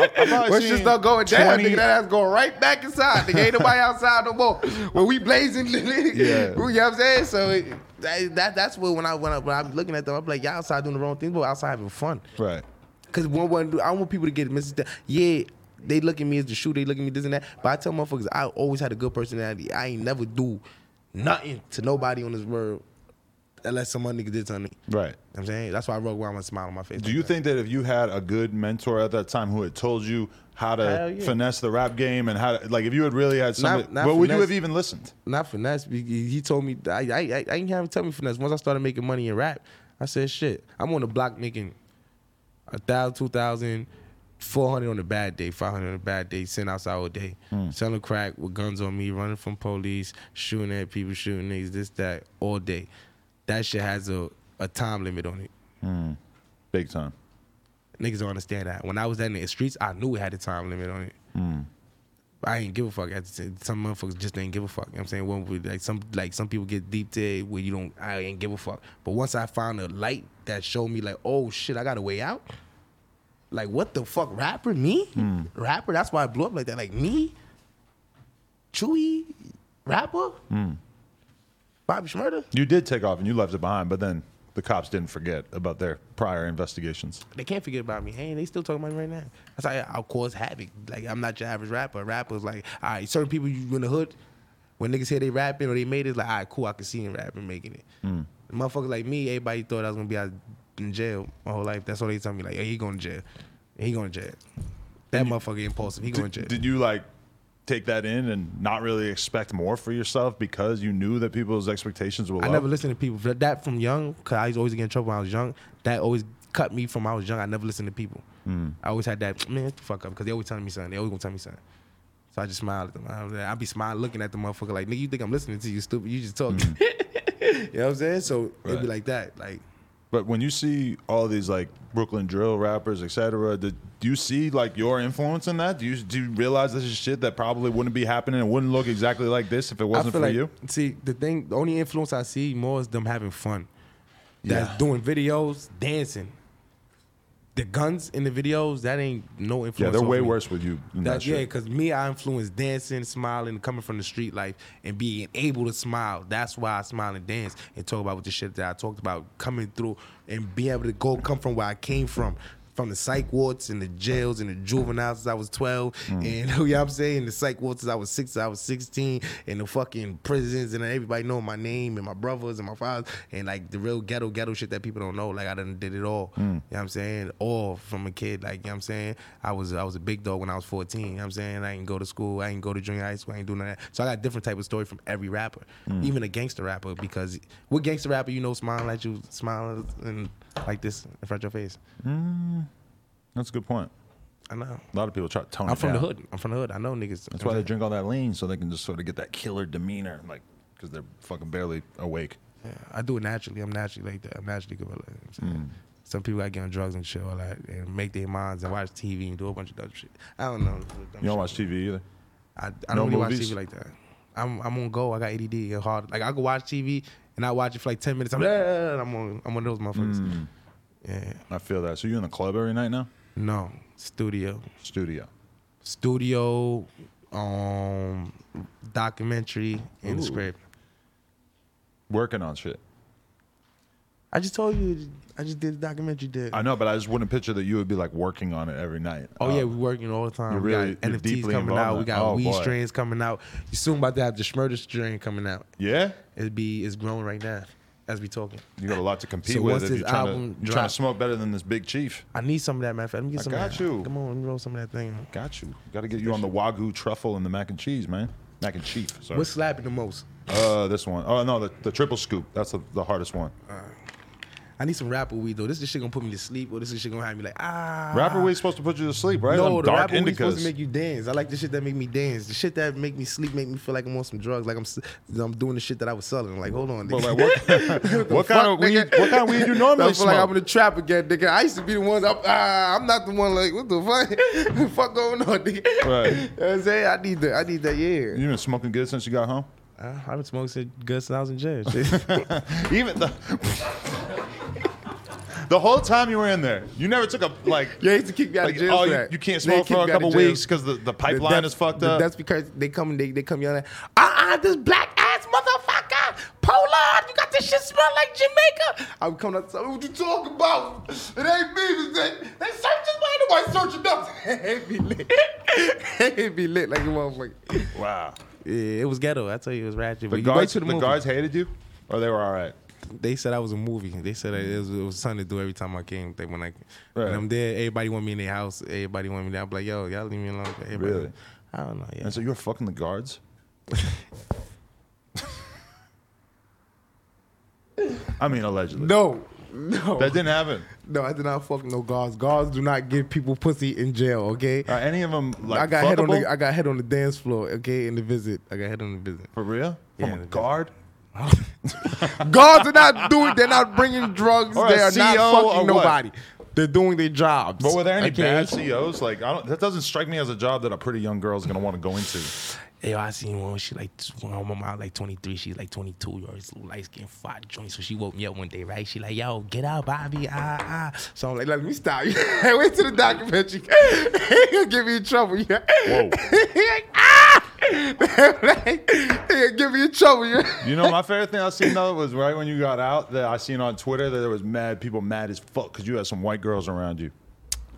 B: once shit
A: seen
B: start going down,
A: 20
B: nigga, that ass going right back inside. Nigga, ain't nobody outside no more. When we blazing,
A: Yeah.
B: yeah. you know what I'm saying? So it, that, that that's what when I when I when I'm looking at them, I'm like y'all outside doing the wrong things, but outside having fun.
A: right.
B: Cause one, one, I want people to get misunderstood. Yeah, they look at me as the shooter. They look at me this and that. But I tell motherfuckers, I always had a good personality. I ain't never do nothing to nobody on this world unless some other nigga did something. to me.
A: Right.
B: You know what I'm saying that's why I rock around with a smile on my face.
A: Do
B: like
A: you
B: that.
A: think that if you had a good mentor at that time who had told you how
B: Hell
A: to
B: yeah.
A: finesse the rap game and how to, like, if you had really had somebody,
B: not
A: well, would you
B: finesse.
A: have even listened?
B: not finesse? be- He told me I I I, I ain't have him tell me finesse. Once I started making money in rap, I said shit. I'm on the block making a thousand, two thousand, four hundred on a bad day, five hundred on a bad day, sitting outside all day, selling crack with guns on me, running from police, shooting at people, shooting niggas, this that all day. That shit has a a time limit on it.
A: Big time.
B: Niggas don't understand that. When I was in the streets, I knew it had a time limit on it. I ain't give a fuck. At the same- Some motherfuckers just ain't give a fuck. You know what I'm saying when we, like some like some people get deep there where you don't. I ain't give a fuck. But once I found a light that showed me like, oh shit, I got a way out. Like what the fuck, rapper me, rapper. That's why I blew up like that. Like me, Chewy, rapper, Bobby Schmurda.
A: You did take off and you left it behind, but then the cops didn't forget about their prior investigations.
B: They can't forget about me. Hey, they still talking about me right now. That's like I'll cause havoc. Like I'm not your average rapper. Rappers like, all right, certain people you in the hood, when niggas hear they rapping or they made it, it's like, all right, cool, I can see them rapping, making it. Motherfuckers like me, everybody thought I was gonna be out in jail my whole life. That's all they tell me. Like, hey, he going to jail. He going to jail. That motherfucker impulsive. He going to jail.
A: Did you like take that in and not really expect more for yourself because you knew that people's expectations were low?
B: I never listened to people. That- That from young, cause I used to always get in trouble when I was young. That always cut me from when I was young. I never listened to people.
A: Hmm.
B: I always had that man shut the fuck up because they always telling me something. They always gonna tell me something. So I just smile at them. I was like- I be smiling, looking at the motherfucker like, nigga, you think I'm listening to you, stupid? You just talking. you know what I'm saying? So it'd
A: Hmm. Right.
B: be like that, like.
A: But when you see all these like Brooklyn drill rappers, etc., do you see like your influence in that? Do you do you realize this is shit that probably wouldn't be happening and wouldn't look exactly like this if it wasn't for
B: like,
A: you?
B: See, the thing, the only influence I see more is them having fun. That's
A: Yeah.
B: doing videos, dancing. The guns in the videos, that ain't no influence.
A: Yeah, they're
B: on
A: way
B: me.
A: worse with you. Than
B: That,
A: that,
B: yeah,
A: shit.
B: because me, I influence dancing, smiling, coming from the street life, and being able to smile. That's why I smile and dance and talk about what the shit that I talked about coming through and being able to go come from where I came from. From the psych wards and the jails and the juveniles since I was 12, and you know what I'm saying? The psych wards since I was six, I was 16, and the fucking prisons, and everybody know my name, and my brothers, and my fathers, and like the real ghetto, ghetto shit that people don't know. Like, I done did it all,
A: Hmm.
B: you know what I'm saying? All from a kid, like, you know what I'm saying? I was I was a big dog when I was 14, you know what I'm saying? I didn't go to school, I didn't go to junior high school, I ain't doing that. So I got different type of story from every rapper,
A: Hmm.
B: even a gangster rapper, because what gangster rapper you know smiling at you, smiling and like this in front of your face?
A: That's a good point.
B: I know.
A: A lot of people try to tone
B: I'm
A: it
B: from the
A: down.
B: hood. I'm from the hood. I know niggas.
A: That's why they drink all that lean so they can just sort of get that killer demeanor, like because they're fucking barely awake.
B: Yeah, I do it naturally. I'm naturally like that. I'm naturally gorilla. You know what I'm
A: Mm.
B: saying? Some people got get on drugs and shit all that and make their minds and watch TV and do a bunch of dumb shit. I don't know. Dumb
A: You don't
B: shit.
A: watch TV either.
B: I, I
A: no
B: don't really
A: movies?
B: watch TV like that. I'm I'm on go. I got ADD. It's hard. Like I can watch TV and I watch it for like ten minutes. I'm "Ah," I'm on I'm one of those motherfuckers.
A: Mm.
B: Yeah.
A: I feel that. So you in the club every night now?
B: No studio,
A: Studio.
B: studio, um, documentary and the
A: Ooh.
B: script.
A: Working on shit.
B: I just told you. I just did the documentary. Did
A: I know, but I just wouldn't picture that you would be like working on it every night.
B: Oh
A: Um,
B: yeah, we working all the time.
A: you're
B: we
A: really-
B: got
A: you're
B: NFTs
A: deeply
B: coming
A: involved
B: out.
A: in
B: We
A: it.
B: got
A: Oh,
B: weed
A: boy.
B: strains coming out. You soon about to have the Schmurder strain coming out.
A: Yeah?
B: It'd be it's growing right now as we talking.
A: You got a lot to compete
B: So
A: with
B: once
A: if
B: this
A: you're trying, to,
B: album
A: you're trying
B: drop-
A: to smoke better than this big chief.
B: I need some of that, man. Let me get
A: I
B: some.
A: got
B: of that.
A: you.
B: Come on, let me roll some of that thing.
A: Got you. Got to get you on the wagyu truffle and the mac and cheese, man. Mac and chief. Sorry.
B: What's slapping the most?
A: uh, this one. Oh no, the, the triple scoop. That's the, the hardest one.
B: Ah. I need some rapper weed though. This is shit gonna put me to sleep, or this is shit gonna have me like ah.
A: Rapper weed's supposed to put you to sleep, right?
B: No,
A: Them
B: the
A: dark
B: rapper weed's supposed
A: indicas.
B: to make you dance. I like the shit that make me dance. The shit that make me sleep, make me feel like I'm on some drugs, like I'm s- I'm doing the shit that I was selling. Like hold on,
A: But
B: nigga.
A: like, what, what kind of
B: fuck,
A: weed?
B: nigga?
A: What kind of weed you normally
B: I feel
A: smoke?
B: like I'm in the trap again, nigga. I used to be the ones. I'm, ah, I'm not the one. Like, what the fuck? the fuck going on, nigga?
A: Right.
B: You know what I'm saying? I need that. I need that. Yeah.
A: you been smoking good since you got home.
B: I've been smoking since good since I was in jail.
A: Even the the whole time you were in there, you never took a like.
B: yeah, they used to kick me out
A: Like,
B: of jail.
A: oh,
B: for
A: you-
B: that.
A: you can't
B: They
A: smoke
B: kicked
A: for a
B: me out of
A: couple
B: jail.
A: weeks 'cause the- the pipeline
B: that's-
A: is fucked
B: the-
A: up.
B: That's because they come. They they come yelling. Ah, ah, this black ass motherfucker, Pollard. You got this shit smell like Jamaica. I'm coming up. What you talking about? It ain't me. It ain't- They searching. Why nobody searching nothing? It be lit. It be lit like a motherfucker.
A: Wow.
B: Yeah, it was ghetto. I tell you, it was ratchet.
A: The
B: but you wait
A: guards,
B: till
A: the,
B: the, movie.
A: guards hated you, or they were all right.
B: They said I was a movie. They said it was, it was something to do every time I came. They, when I
A: Right.
B: when I'm there, everybody want me in their house. Everybody want me there. I'm like, yo, y'all leave me alone. Everybody-
A: Really?
B: I don't know. Yeah.
A: And so you were fucking the guards. I mean, allegedly.
B: No, no,
A: That didn't happen.
B: no. I did not fuck no guards. Guards do not give people pussy in jail. Okay.
A: Are any of them like
B: I got head on
A: fuckable?
B: the I got head on the dance floor. Okay, in the visit. I got head on the visit.
A: for real? From
B: Yeah,
A: a
B: they-
A: guard?
B: guards are not doing. They're not bringing drugs.
A: Or a
B: they are
A: CO
B: not
A: or what?
B: fucking nobody. They're doing their jobs.
A: But were there any
B: okay?
A: bad CEOs? Like, I don't. That doesn't strike me as a job that a pretty young girl's gonna want to go into.
B: Yo, I seen one. She like one of my mom like 23. She's like 22. Yo, this little light skin fat joint. So she woke me up one day, right? She like, yo, get out, Bobby. Ah, ah. So I'm like, let me stop. Wait till the documentary. He'll get me in trouble. Yeah.
A: Whoa.
B: like, ah. like, he'll get me in trouble. Yeah.
A: You know, my favorite thing I seen though was right when you got out that I seen on Twitter that there was mad people mad as fuck because you had some white girls around you.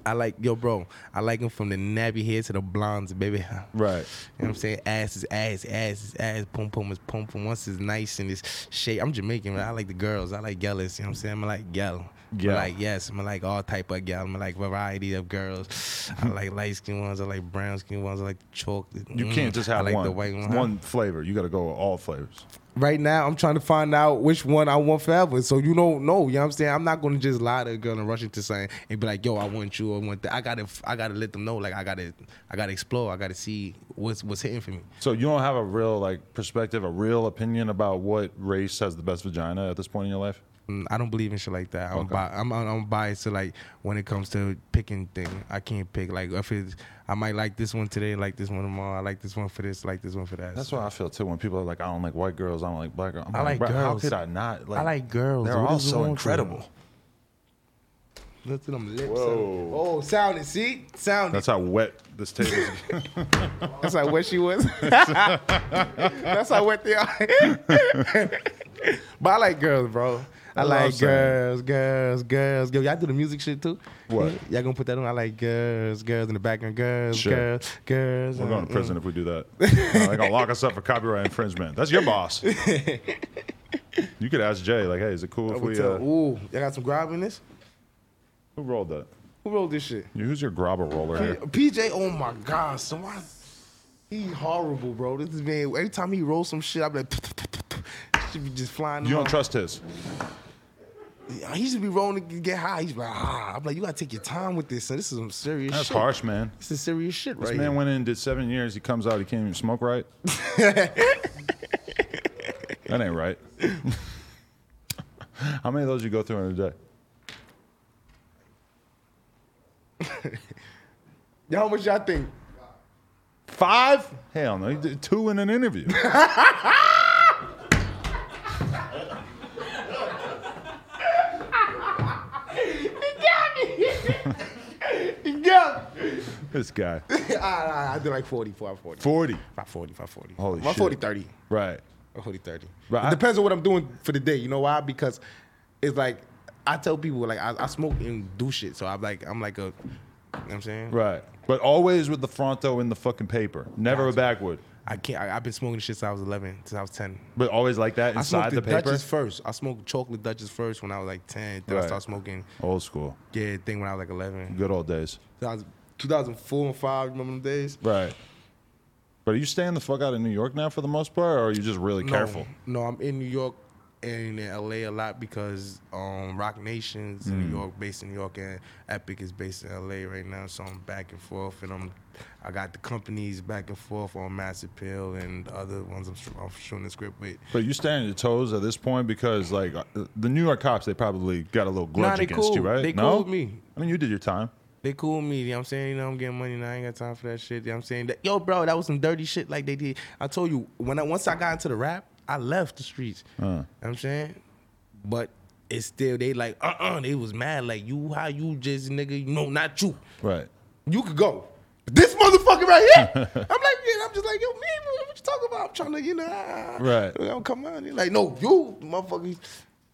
B: I like yo, bro. I like him from the nappy head to the blondes, baby.
A: Right.
B: You know what I'm saying? Ass is ass, ass is ass, pum pum is pum pum. Once it's nice and it's shape. I'm Jamaican, man. I like the girls. I like yellas. You know what I'm saying? I'm like yellow.
A: Yeah.
B: Yeah. like yes, I'm like all type of gal. I'm like variety of girls. I like light skin ones. I like brown skin ones. I like chocolate.
A: You
B: Mm.
A: can't just
B: I
A: have
B: like
A: one.
B: The white one.
A: one flavor. You got to go with all flavors.
B: Right now, I'm trying to find out which one I want forever. So you don't know. You know what I'm saying? I'm not gonna just lie to a girl and rush into something and be like, "Yo, I want you. I want that." I gotta, I gotta let them know. Like I gotta, I gotta explore. I gotta see what's what's hitting for me.
A: So you don't have a real like perspective, a real opinion about what race has the best vagina at this point in your life.
B: Mm, I don't believe in shit like that. I'm bi- I'm, I'm I'm biased to like when it comes to picking thing. I can't pick like if it's I might like this one today, like this one tomorrow. I like this one for this, like this one for that.
A: That's what I feel too when people are like, I don't like white girls, I don't like black girls. I'm
B: I like
A: "Bro, How
B: girls.
A: could I not? Like,
B: like girls.
A: They're
B: What
A: all
B: is
A: so
B: wrong with you?
A: incredible.
B: Look at them lips.
C: Oh, sound it. See, sound it.
A: That's how wet this table is.
B: That's how wet she was. That's how wet they are. but I like girls, bro. I
A: That's what I'm
B: like
A: saying.
B: girls, girls, girls, girls. Y'all do the music shit too.
A: What?
B: Y'all gonna put that on? I like girls, girls in the background, girls,
A: Sure.
B: girls, girls.
A: We're going
B: uh,
A: to prison if we do that. Uh, they're going to lock us up for copyright infringement. That's your boss. you could ask Jay, like, hey, is it cool
B: I
A: if
B: would
A: we.
B: tell-
A: Uh,
B: Ooh, y'all got some grab in this?
A: who rolled that?
B: Who wrote this shit?
A: You- Who's your grabber roller here?
B: PJ, oh my god, so why he horrible, bro. This is man. Every time he rolls some shit, I'm like, should be just flying.
A: You
B: around.
A: don't trust his.
B: He used to be rolling to get high. He's like, ah, I'm like, you gotta take your time with this. So this is some serious
A: That's
B: shit.
A: harsh, man.
B: This is serious shit, right?
A: This man went in and did seven years. He comes out, he can't even smoke right. that ain't right. How many of those you go through in a day?
B: Yo, how much y'all think?
A: Five? Hell no. He did two in an interview.
B: Yeah.
A: this guy.
B: I, I, I did like 40, 540.
A: 40.
B: 540, 540.
A: Holy
B: 40,
A: shit.
B: 30.
A: Right.
B: Or 40, 30.
A: Right,
B: it
A: I-
B: depends on what I'm doing for the day. You know why? Because it's like, I tell people, like, I, I smoke and do shit. So I'm like, I'm like a, you know what I'm saying?
A: Right. But always with the fronto in the fucking paper. Never a backwood.
B: I can't, I, I've been smoking shit since I was 11, since I was 10.
A: But always like that
B: I
A: inside
B: smoked
A: the paper.
B: Dutchess first. I smoked chocolate Dutchess first when I was like 10. Then
A: Right.
B: I started smoking,
A: Old school.
B: yeah, thing when I was like 11.
A: Good old days.
B: 2000 2004 and 5, remember them days?
A: Right. But are you staying the fuck out of New York now for the most part, or are you just really careful?
B: No, I'm in New York and in LA a lot because um, Rock Nation's in New York, based in New York, and Epic is based in LA right now. So I'm back and forth, and I'm I got the companies back and forth on Mass Appeal and the other ones I'm, sh- I'm shooting the script with.
A: But you stand on your toes at this point because, like, uh, the New York cops, they probably got a little
B: Nah,
A: grudge
B: they
A: against you,
B: cool.
A: right?
B: They
A: no?
B: cool with me.
A: I mean, you did your time.
B: They cool me. You know what I'm saying? You know, I'm getting money now. I ain't got time for that shit. You know what I'm saying? That, yo, bro, that was some dirty shit like they did. I told you, when I once I got into the rap, I left the streets. You know what I'm saying? But it's still, they like, uh uh they was mad. Like, you, how you just, nigga, no, not you.
A: Right.
B: You could go. But This motherfucker right here. I'm like, yeah, I'm just like, yo, man, what you talking about? I'm trying to, you know, ah,
A: Right.
B: You know, come on. They're like, no, you, motherfucker. You know what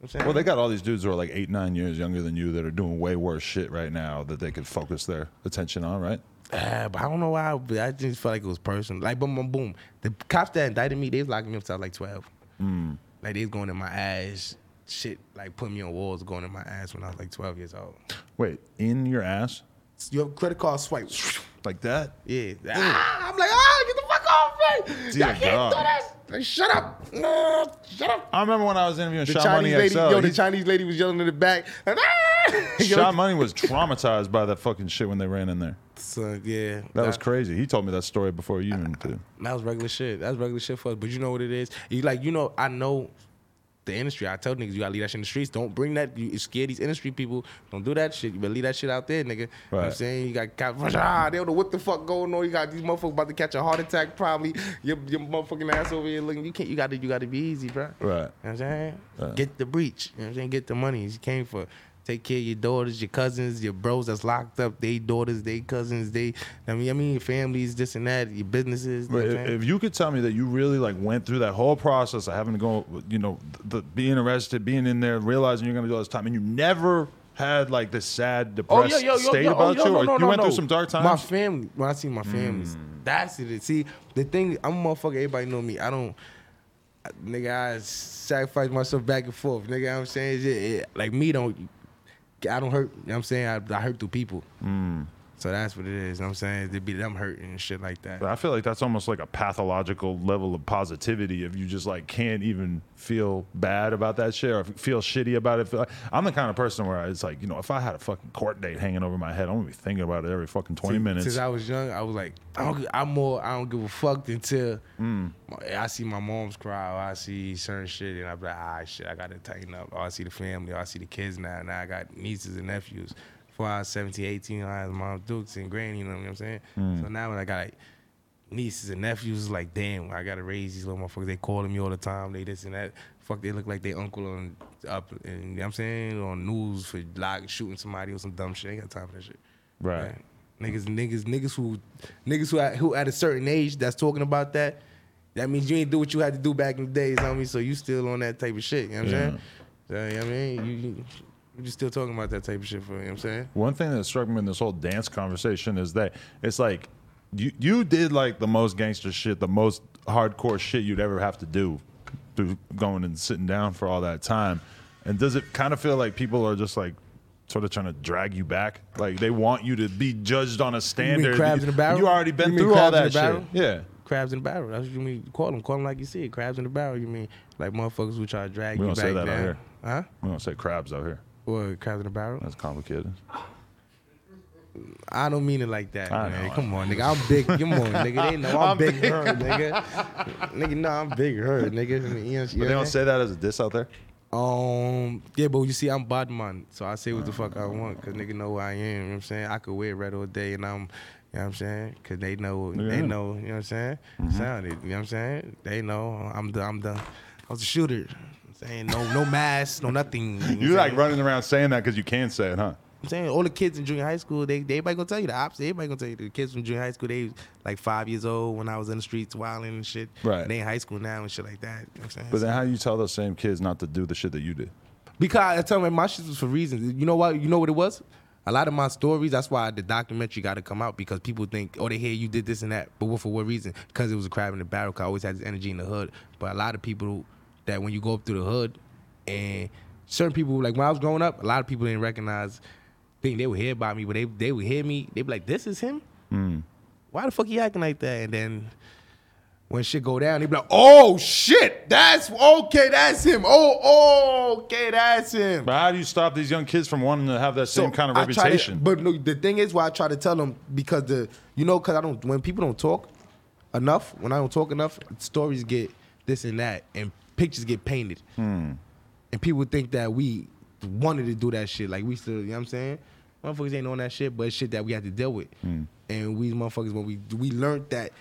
B: I'm saying?
A: Well, they got all these dudes who are like eight, nine years younger than you that are doing way worse shit right now that they could focus their attention on, right?
B: Uh, but I don't know why. But I just felt like it was personal. Like boom, boom, boom. The cops that indicted me, they was locking me up till I was like twelve.
A: Mm.
B: Like they was going in my ass, shit. Like putting me on walls, going in my ass when I was like twelve years old.
A: Wait, in your ass?
B: Your credit card swipe.
A: Like that?
B: Yeah. Ah, I'm like, ah, get the fuck off me!
A: Dear
B: Y'all can't
A: God.
B: do this. Like, shut up. Nah, shut up.
A: I remember when I was interviewing
B: The
A: Sean
B: Chinese
A: Money
B: lady,
A: XL.
B: yo, the
A: he-
B: Chinese lady was yelling in the back. And, ah! Yo,
A: Sean Money was traumatized by that fucking shit when they ran in there.
B: son, yeah.
A: That was crazy. He told me that story before you even did.
B: That was regular shit. That was regular shit for us. But you know what it is? You like, you know, I know the industry. I tell niggas you gotta leave that shit in the streets. Don't bring that. You scare these industry people. Don't do that shit. You better leave that shit out there, nigga. You know what I'm
A: Right.
B: saying? You got cops. Ah, they don't know what the fuck going on. You got these motherfuckers about to catch a heart attack probably. Your, your motherfucking ass over here looking. You can't you gotta you gotta be easy, bro.
A: Right.
B: You know what I'm saying? Get the breach. You know what I'm saying? Get the money you came for. Take care of your daughters, your cousins, your bros that's locked up, they daughters, they cousins, they I mean I mean your families, this and that, your businesses. you know
A: But
B: what I'm
A: if,
B: saying?
A: if you could tell me that you really like went through that whole process of having to go, you know, the, being arrested, being in there, realizing you're going to do all this time, and you never had like this sad,
B: Oh,
A: depressed
B: yo, yo, yo,
A: state
B: yo, oh,
A: about
B: yo,
A: you,
B: no,
A: or
B: no,
A: you
B: no,
A: went
B: no.
A: through some dark times. Hmm.
B: My family, when I see my families, that's it. See, the thing, I'm a motherfucker. Everybody know me. I don't, I- nigga. I sacrifice myself back and forth. Nigga, you know what I'm
A: Hmm.
B: saying, yeah, yeah. like me don't, I don't hurt. You know what I'm saying, I, I hurt through people. So that's what it is. You know what I'm saying they be them hurting and shit like that.
A: But I feel like that's almost like a pathological level of positivity if you just like can't even feel bad about that shit or feel shitty about it. Feel- I'm the kind of person where it's like, you know, if I had a fucking court date hanging over my head, I'm gonna be thinking about it every fucking 20 minutes.
B: Since I was young, I was like, I don't, gi- I'm more, I don't give a fuck until my- I see my mom's cry or I see certain shit and I'm like, ah, shit, I gotta tighten up. Or I see the family, or I see the kids now. Now I got nieces and nephews. Before I was 17, 18, I had mom Dukes and Granny, you know what I'm saying? So now when I got like nieces and nephews, it's like, damn, I gotta raise these little motherfuckers. They calling me all the time, they this and that. Fuck, they look like they uncle on up, and you know what I'm saying, on news for like shooting somebody or some dumb shit. I ain't got time for that shit.
A: Right.
B: Niggas, niggas, niggas who, niggas who at, who at a certain age that's talking about that, that means you ain't do what you had to do back in the days, you know what I mean? So you still on that type of shit, you know what I'm saying? So, you know what I mean? You, you, you just still talking about that type of shit for, you know what I'm saying?
A: One thing that struck me in this whole dance conversation is that it's like you you did like the most gangster shit, the most hardcore shit you'd ever have to do through going and sitting down for all that time. And does it kind of feel like people are just like sort of trying to drag you back? Like they want you to be judged on a standard.
B: crabs in a barrel?
A: You already been
B: You mean
A: through all
B: crabs in
A: that
B: a
A: shit.
B: barrel?
A: Yeah.
B: Crabs in the barrel. That's what you mean. Call them, call them like you see it. Crabs in the barrel. You mean like motherfuckers who try to drag
A: We
B: you
A: don't
B: back
A: say that out
B: down?
A: here.
B: Huh?
A: We don't say crabs out here.
B: What crabs in the barrel?
A: That's complicated.
B: I don't mean it like that,
A: I
B: man.
A: know.
B: Come on, nigga. I'm big. Come on, nigga. They know I'm, big, her, nigga. nigga, no, I'm big her, nigga. You know- you know
A: But they
B: what I'm
A: don't say that as a diss out there.
B: Um, yeah, but you see, I'm Batman, so I say what the fuck I want, cause nigga know who I am. You know what I'm saying? I could wear red all day, and I'm, you know what I'm saying? Cause they know,
A: Yeah. Mm-hmm.
B: they know, you know what I'm saying? Sound it, you know what I'm saying? They know I'm the, I'm the, I was a shooter. I'm saying no, no mask, no nothing.
A: You're
B: You know what I'm
A: like
B: saying?
A: running around saying that because you can say it, huh?
B: I'm saying all the kids in junior high school, they, they everybody gonna tell you the opposite. Everybody gonna tell you the kids from junior high school, they was like five years old when I was in the streets wilding and shit.
A: Right.
B: They in high school now and shit like that. You know what I'm saying?
A: But then how you tell those same kids not to do the shit that you did?
B: Because I tell them my shit was for reasons. You know what? You know what it was? A lot of my stories. That's why the documentary got to come out because people think, oh, they hear you did this and that, but what for what reason? Because it was a crab in the barrel. 'cause I always had this energy in the hood. But a lot of people that when you go up through the hood, and certain people like when I was growing up, a lot of people didn't recognize. Think they would hear about me, but they they would hear me. They would be like, "This is him." Why the fuck he acting like that? And then when shit go down, they be like, "Oh shit, that's okay, that's him. Oh, oh, okay, that's him."
A: But how do you stop these young kids from wanting to have that
B: So
A: same kind of
B: I try to-
A: reputation?
B: but look, the thing is, why I try to tell them because the you know because I don't when people don't talk enough, when I don't talk enough, stories get this and that, and pictures get painted,
A: Hmm.
B: and people think that we wanted to do that shit. Like we still, you know what I'm saying? Motherfuckers ain't on that shit, but it's shit that we had to deal with,
A: Hmm.
B: and we motherfuckers when we we learned that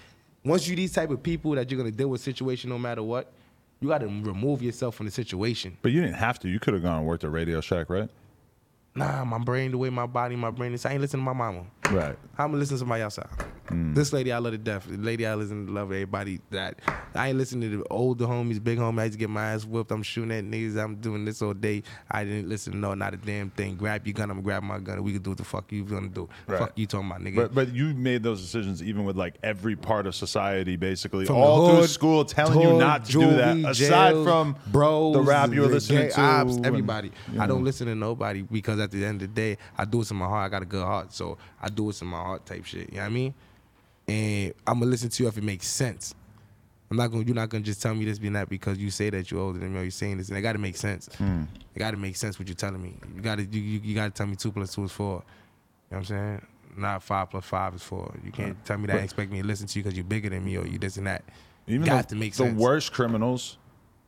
B: once you these type of people that you're gonna deal with situation no matter what. You gotta remove yourself from the situation.
A: But you didn't have to. You could have gone and worked at Radio Shack, right?
B: Nah, my brain, the way my body, my brain is. I ain't listening to my mama.
A: Right.
B: I'm gonna listen to somebody outside.
A: Mm.
B: This lady I love to death. The lady I listen to love everybody that I ain't listening to the older homies, big homies. I used to get my ass whooped. I'm shooting at niggas. I'm doing this all day. I didn't listen to no, not a damn thing. Grab your gun, I'm gonna grab my gun. and We can do what the fuck you gonna do.
A: Right.
B: Fuck you talking about nigga.
A: But but you made those decisions even with like every part of society basically
B: From
A: all
B: the
A: through
B: hood,
A: school telling you
B: hood,
A: not to do that
B: juvie,
A: aside
B: jails,
A: from
B: bros,
A: the rap you were
B: the
A: listening
B: gay
A: to
B: ops,
A: and-
B: everybody. I don't listen to nobody because at the end of the day, I do it in my heart. I got a good heart, so I do it in my heart type shit. You know what I mean? And I'm gonna listen to you if it makes sense. I'm not gonna. You're not gonna just tell me this being that because you say that you're older than me. Or you're saying this, and it got to make sense. It got to make sense what you're telling me. You got to. You, you, you got to tell me two plus two is four. You know what I'm saying? Not five plus five is four. You can't tell me that and expect me to listen to you because you're bigger than me or you this and that.
A: even
B: Even got
A: the,
B: to make
A: the
B: sense.
A: worst criminals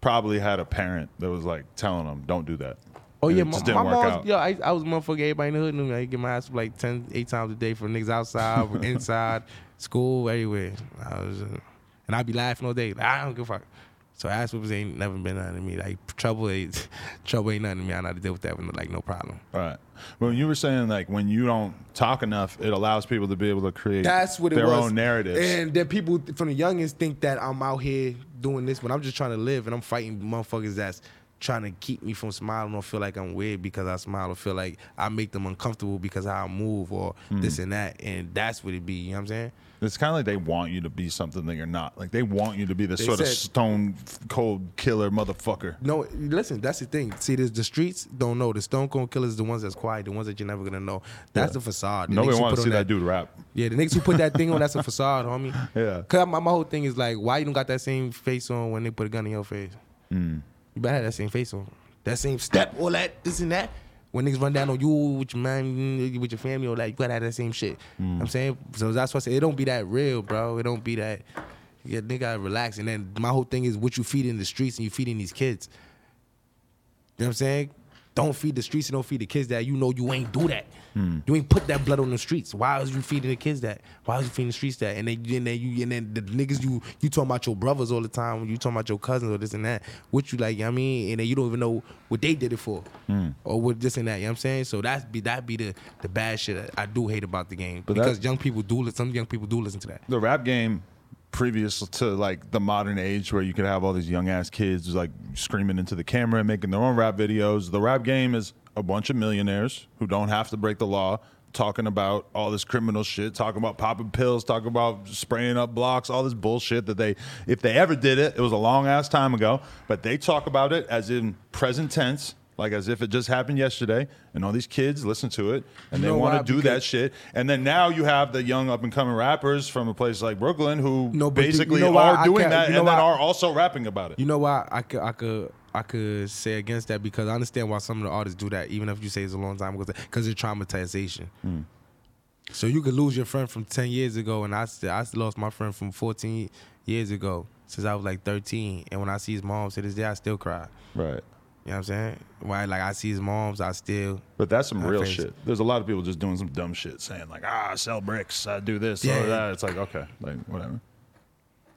A: probably had a parent that was like telling them don't do that.
B: Oh
A: It
B: yeah, my,
A: just
B: my
A: didn't work
B: mom's
A: out.
B: yo, I, I was a motherfucker. Everybody in the hood knew me. I get my ass whooped like 10, 8 times a day from niggas outside, from inside, school, everywhere. I was, uh, and I'd be laughing all day. Like, I don't give a fuck. So ass whoopers ain't never been nothing to me. Like trouble, ain't, trouble ain't nothing to me. I know how to deal with that with no- like no problem.
A: All right. But when you were saying like when you don't talk enough, it allows people to be able to create
B: That's what it
A: their
B: was.
A: own narratives.
B: And then people th- from the youngest think that I'm out here doing this when I'm just trying to live and I'm fighting motherfuckers that's trying to keep me from smiling or feel like I'm weird because I smile or feel like I make them uncomfortable because how I move or
A: Hmm.
B: this and that. And that's what it be. You know what I'm saying?
A: It's kind of like they want you to be something that you're not. Like they want you to be this
B: They
A: sort of
B: said-
A: stone cold killer motherfucker.
B: No, listen, that's the thing. See, this the streets don't know. The Stone Cold Killers, the ones that's quiet, the ones that you're never gonna know. That's the facade. The niggas
A: Nobody
B: who
A: wants
B: put
A: to
B: on
A: see that dude rap.
B: Yeah, the niggas who put that thing on, that's a facade, homie.
A: Yeah.
B: Cause my, my whole thing is like, why you don't got that same face on when they put a gun in your face? You better have that same face on, that same step, all that, this and that. When niggas run down on you with your man, with your family, all that, you gotta have that same shit. I'm saying, so that's why I say it don't be that real, bro. It don't be that. Yeah, nigga, gotta relax. And then my whole thing is what you feed in the streets and you feeding these kids. You know what I'm saying? Don't feed the streets and don't feed the kids that you know you ain't do that.
A: Hmm.
B: You ain't put that blood on the streets. Why was you feeding the kids that? Why was you feeding the streets that? And then, and then you and then the niggas you you talking about your brothers all the time. You talking about your cousins or this and that. What you like? You know what I mean, and then you don't even know what they did it for
A: Hmm.
B: or what this and that. You know what I'm saying? So that's be that be the the bad shit that I do hate about the game
A: But that-
B: because young people do li- some young people do listen to that.
A: the rap game previous to like the modern age where you could have all these young ass kids like screaming into the camera and making their own rap videos the rap game is a bunch of millionaires who don't have to break the law talking about all this criminal shit talking about popping pills talking about spraying up blocks all this bullshit that they if they ever did it it was a long ass time ago but they talk about it as in present tense like as if it just happened yesterday and all these kids listen to it and
B: You
A: they
B: know
A: want
B: why?
A: to do that
B: Because-
A: shit. And then now you have the young up and coming rappers from a place like Brooklyn who
B: No, but you-
A: basically
B: you know why
A: are
B: I
A: doing
B: can't-
A: that
B: you know
A: and then
B: why-
A: are also rapping about it.
B: You know why I could I could I could say against that because I understand why some of the artists do that, even if you say it's a long time ago, because it's traumatization. So you could lose your friend from ten years ago, and I still I still lost my friend from fourteen years ago since I was like thirteen, and when I see his mom to this day, I still cry.
A: right.
B: You know what I'm saying? Why? Like I see his moms, I still.
A: But that's some
B: Not
A: real
B: crazy.
A: shit. There's a lot of people just doing some dumb shit saying like, ah, I sell bricks, I do this, yeah.
B: Yeah.
A: that. It's like, okay, like whatever.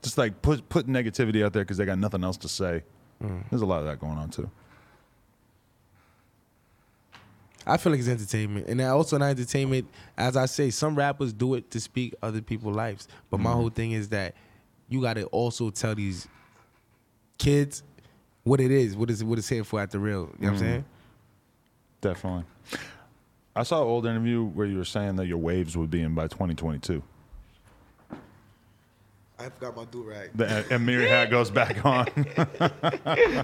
A: Just like put put negativity out there because they got nothing else to say.
B: Mm.
A: There's a lot of that going on too.
B: I feel like it's entertainment, and I also not entertainment. As I say, some rappers do it to speak other people's lives, but
A: Mm-hmm.
B: my whole thing is that you got to also tell these kids what it is, what is what it's here for at the real. You know what
A: Mm-hmm.
B: I'm saying?
A: Definitely. I saw an old interview where you were saying that your waves would be in by 2022.
C: I forgot my do rag.
A: The Amiri hat goes back on.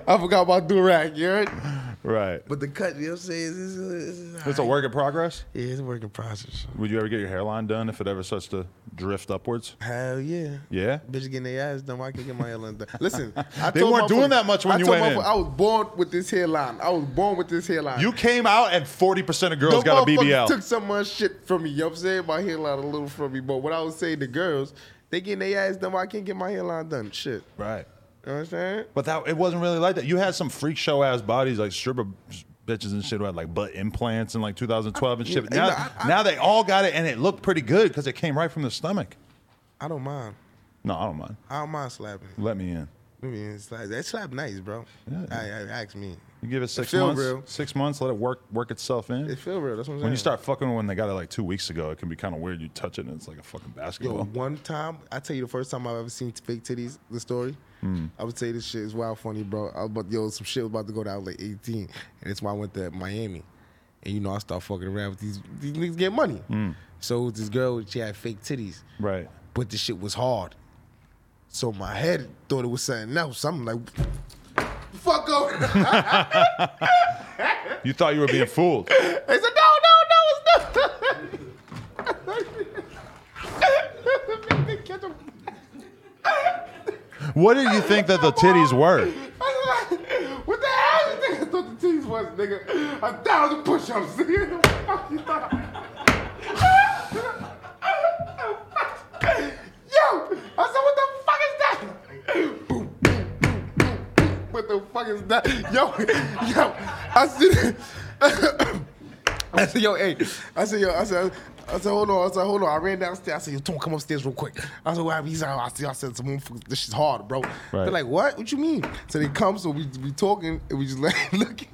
B: I forgot about Durag, you heard?
A: right.
C: But the cut, you know what I'm saying? It's, it's, it's,
A: It's a work in progress.
C: Yeah, it's a work in process.
A: Would you ever get your hairline done if it ever starts to drift upwards?
C: Hell yeah.
A: Yeah.
C: Bitch getting their ass done. Why can't get my hairline done? Listen, I
A: They
C: told
A: weren't
C: my
A: doing
C: folks-
A: that much when
C: I
A: you
C: told
A: went
C: my
A: in.
C: folks, I was born with this hairline. I was born with this hairline.
A: You came out and 40% of girls
C: Them
A: got a
C: motherfuckers
A: BBL.
C: Took some of my shit from me. You know what I'm saying? My hairline a little from me. But what I would say to girls, they getting their ass done. Why I can't get my hairline done? Shit.
A: right.
C: You know what I'm saying?
A: But that it wasn't really like that. You had some freak show ass bodies like stripper bitches and shit who had like butt implants in like 2012 and shit. But
C: Yeah,
A: now,
C: I- I-
A: now they all got it and it looked pretty good because it came right from the stomach.
C: I don't mind.
A: No, I don't mind.
C: I don't mind slapping.
A: Let me in.
C: I mean, it's like, that slap nice, bro.
A: Yeah.
C: I, I ask me.
A: You give it six
C: feel
A: months.
C: real.
A: Six months, let it work work itself in.
C: It feel real. That's what I'm saying.
A: when you start fucking with when they got it like two weeks ago, it can be kind of weird. You touch it and it's like a fucking
C: Yo,
A: basketball.
C: one time, I tell you the first time I've ever seen fake titties, the story. I would say this shit is wild funny, bro. I was about, yo, some shit was about to go down I was like 18. And that's why I went to Miami. And you know, I start fucking around with these these niggas get money. So it was this girl, she had fake titties.
A: Right.
C: But the shit was hard. So my head thought it was something else. I'm like, fuck over.
A: You thought you were being fooled.
C: I said, no, no, no, it's not. Catch him.
A: What did you think that the titties were?
C: what the hell you think I thought the titties was, nigga? A thousand push-ups, nigga. What the fuck you thought? Yo! I said, what the fuck is that? Boom, boom, boom, boom, boom. What the fuck is that? Yo, yo, I said, I said, yo, hey. I said, yo, I said, I said, hold on. I said, hold on. I ran downstairs. I said, yo, Tom, come upstairs real quick. I said, what happened? He said, oh, I said, I said, some motherfuckers, this shit's hard, bro. They're like, what? What you mean? So they come, so we we talking, and we just like looking.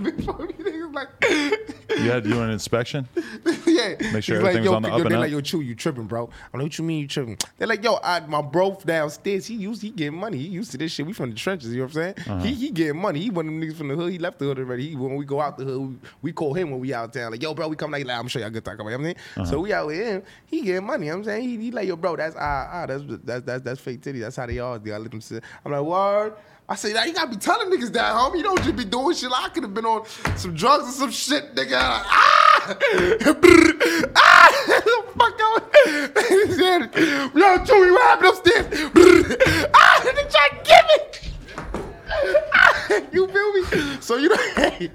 C: Before me, they was like,
A: You had to do an inspection?
C: yeah,
B: yeah.
A: Make sure
B: He's like,
A: everything's
B: yo,
A: on the
B: yo,
A: up
B: they're
A: and
B: like,
A: up.
B: yo, Chew, you tripping, bro. I'm like, what you mean you tripping? They're like, yo, I, my bro downstairs, he used, he getting money. He used to this shit. We from the trenches, you know what I'm saying?
A: Uh-huh.
B: He, he getting money. He one of them niggas from the hood. He left the hood already. He, when we go out the hood, we, we call him when we out of town. Like, yo, bro, we come like, like I'm sure y'all good talk about it. You know what I'm
A: Uh-huh.
B: saying? So we out with him. He getting money. You know what I'm saying? He, he like, yo, bro, that's, ah, ah, that's, that's, that's, that's fake titty. That's how they are. I let them sit. I'm like, word. I say, now you gotta be telling niggas that, homie. You don't just be doing shit. I could have been on some drugs or some shit, nigga. Ah! Brr. ah! the fuck out. He said, Yo, Chewy, what happened upstairs? Brr. ah! They try to give it. Ah! you feel me? So you don't. you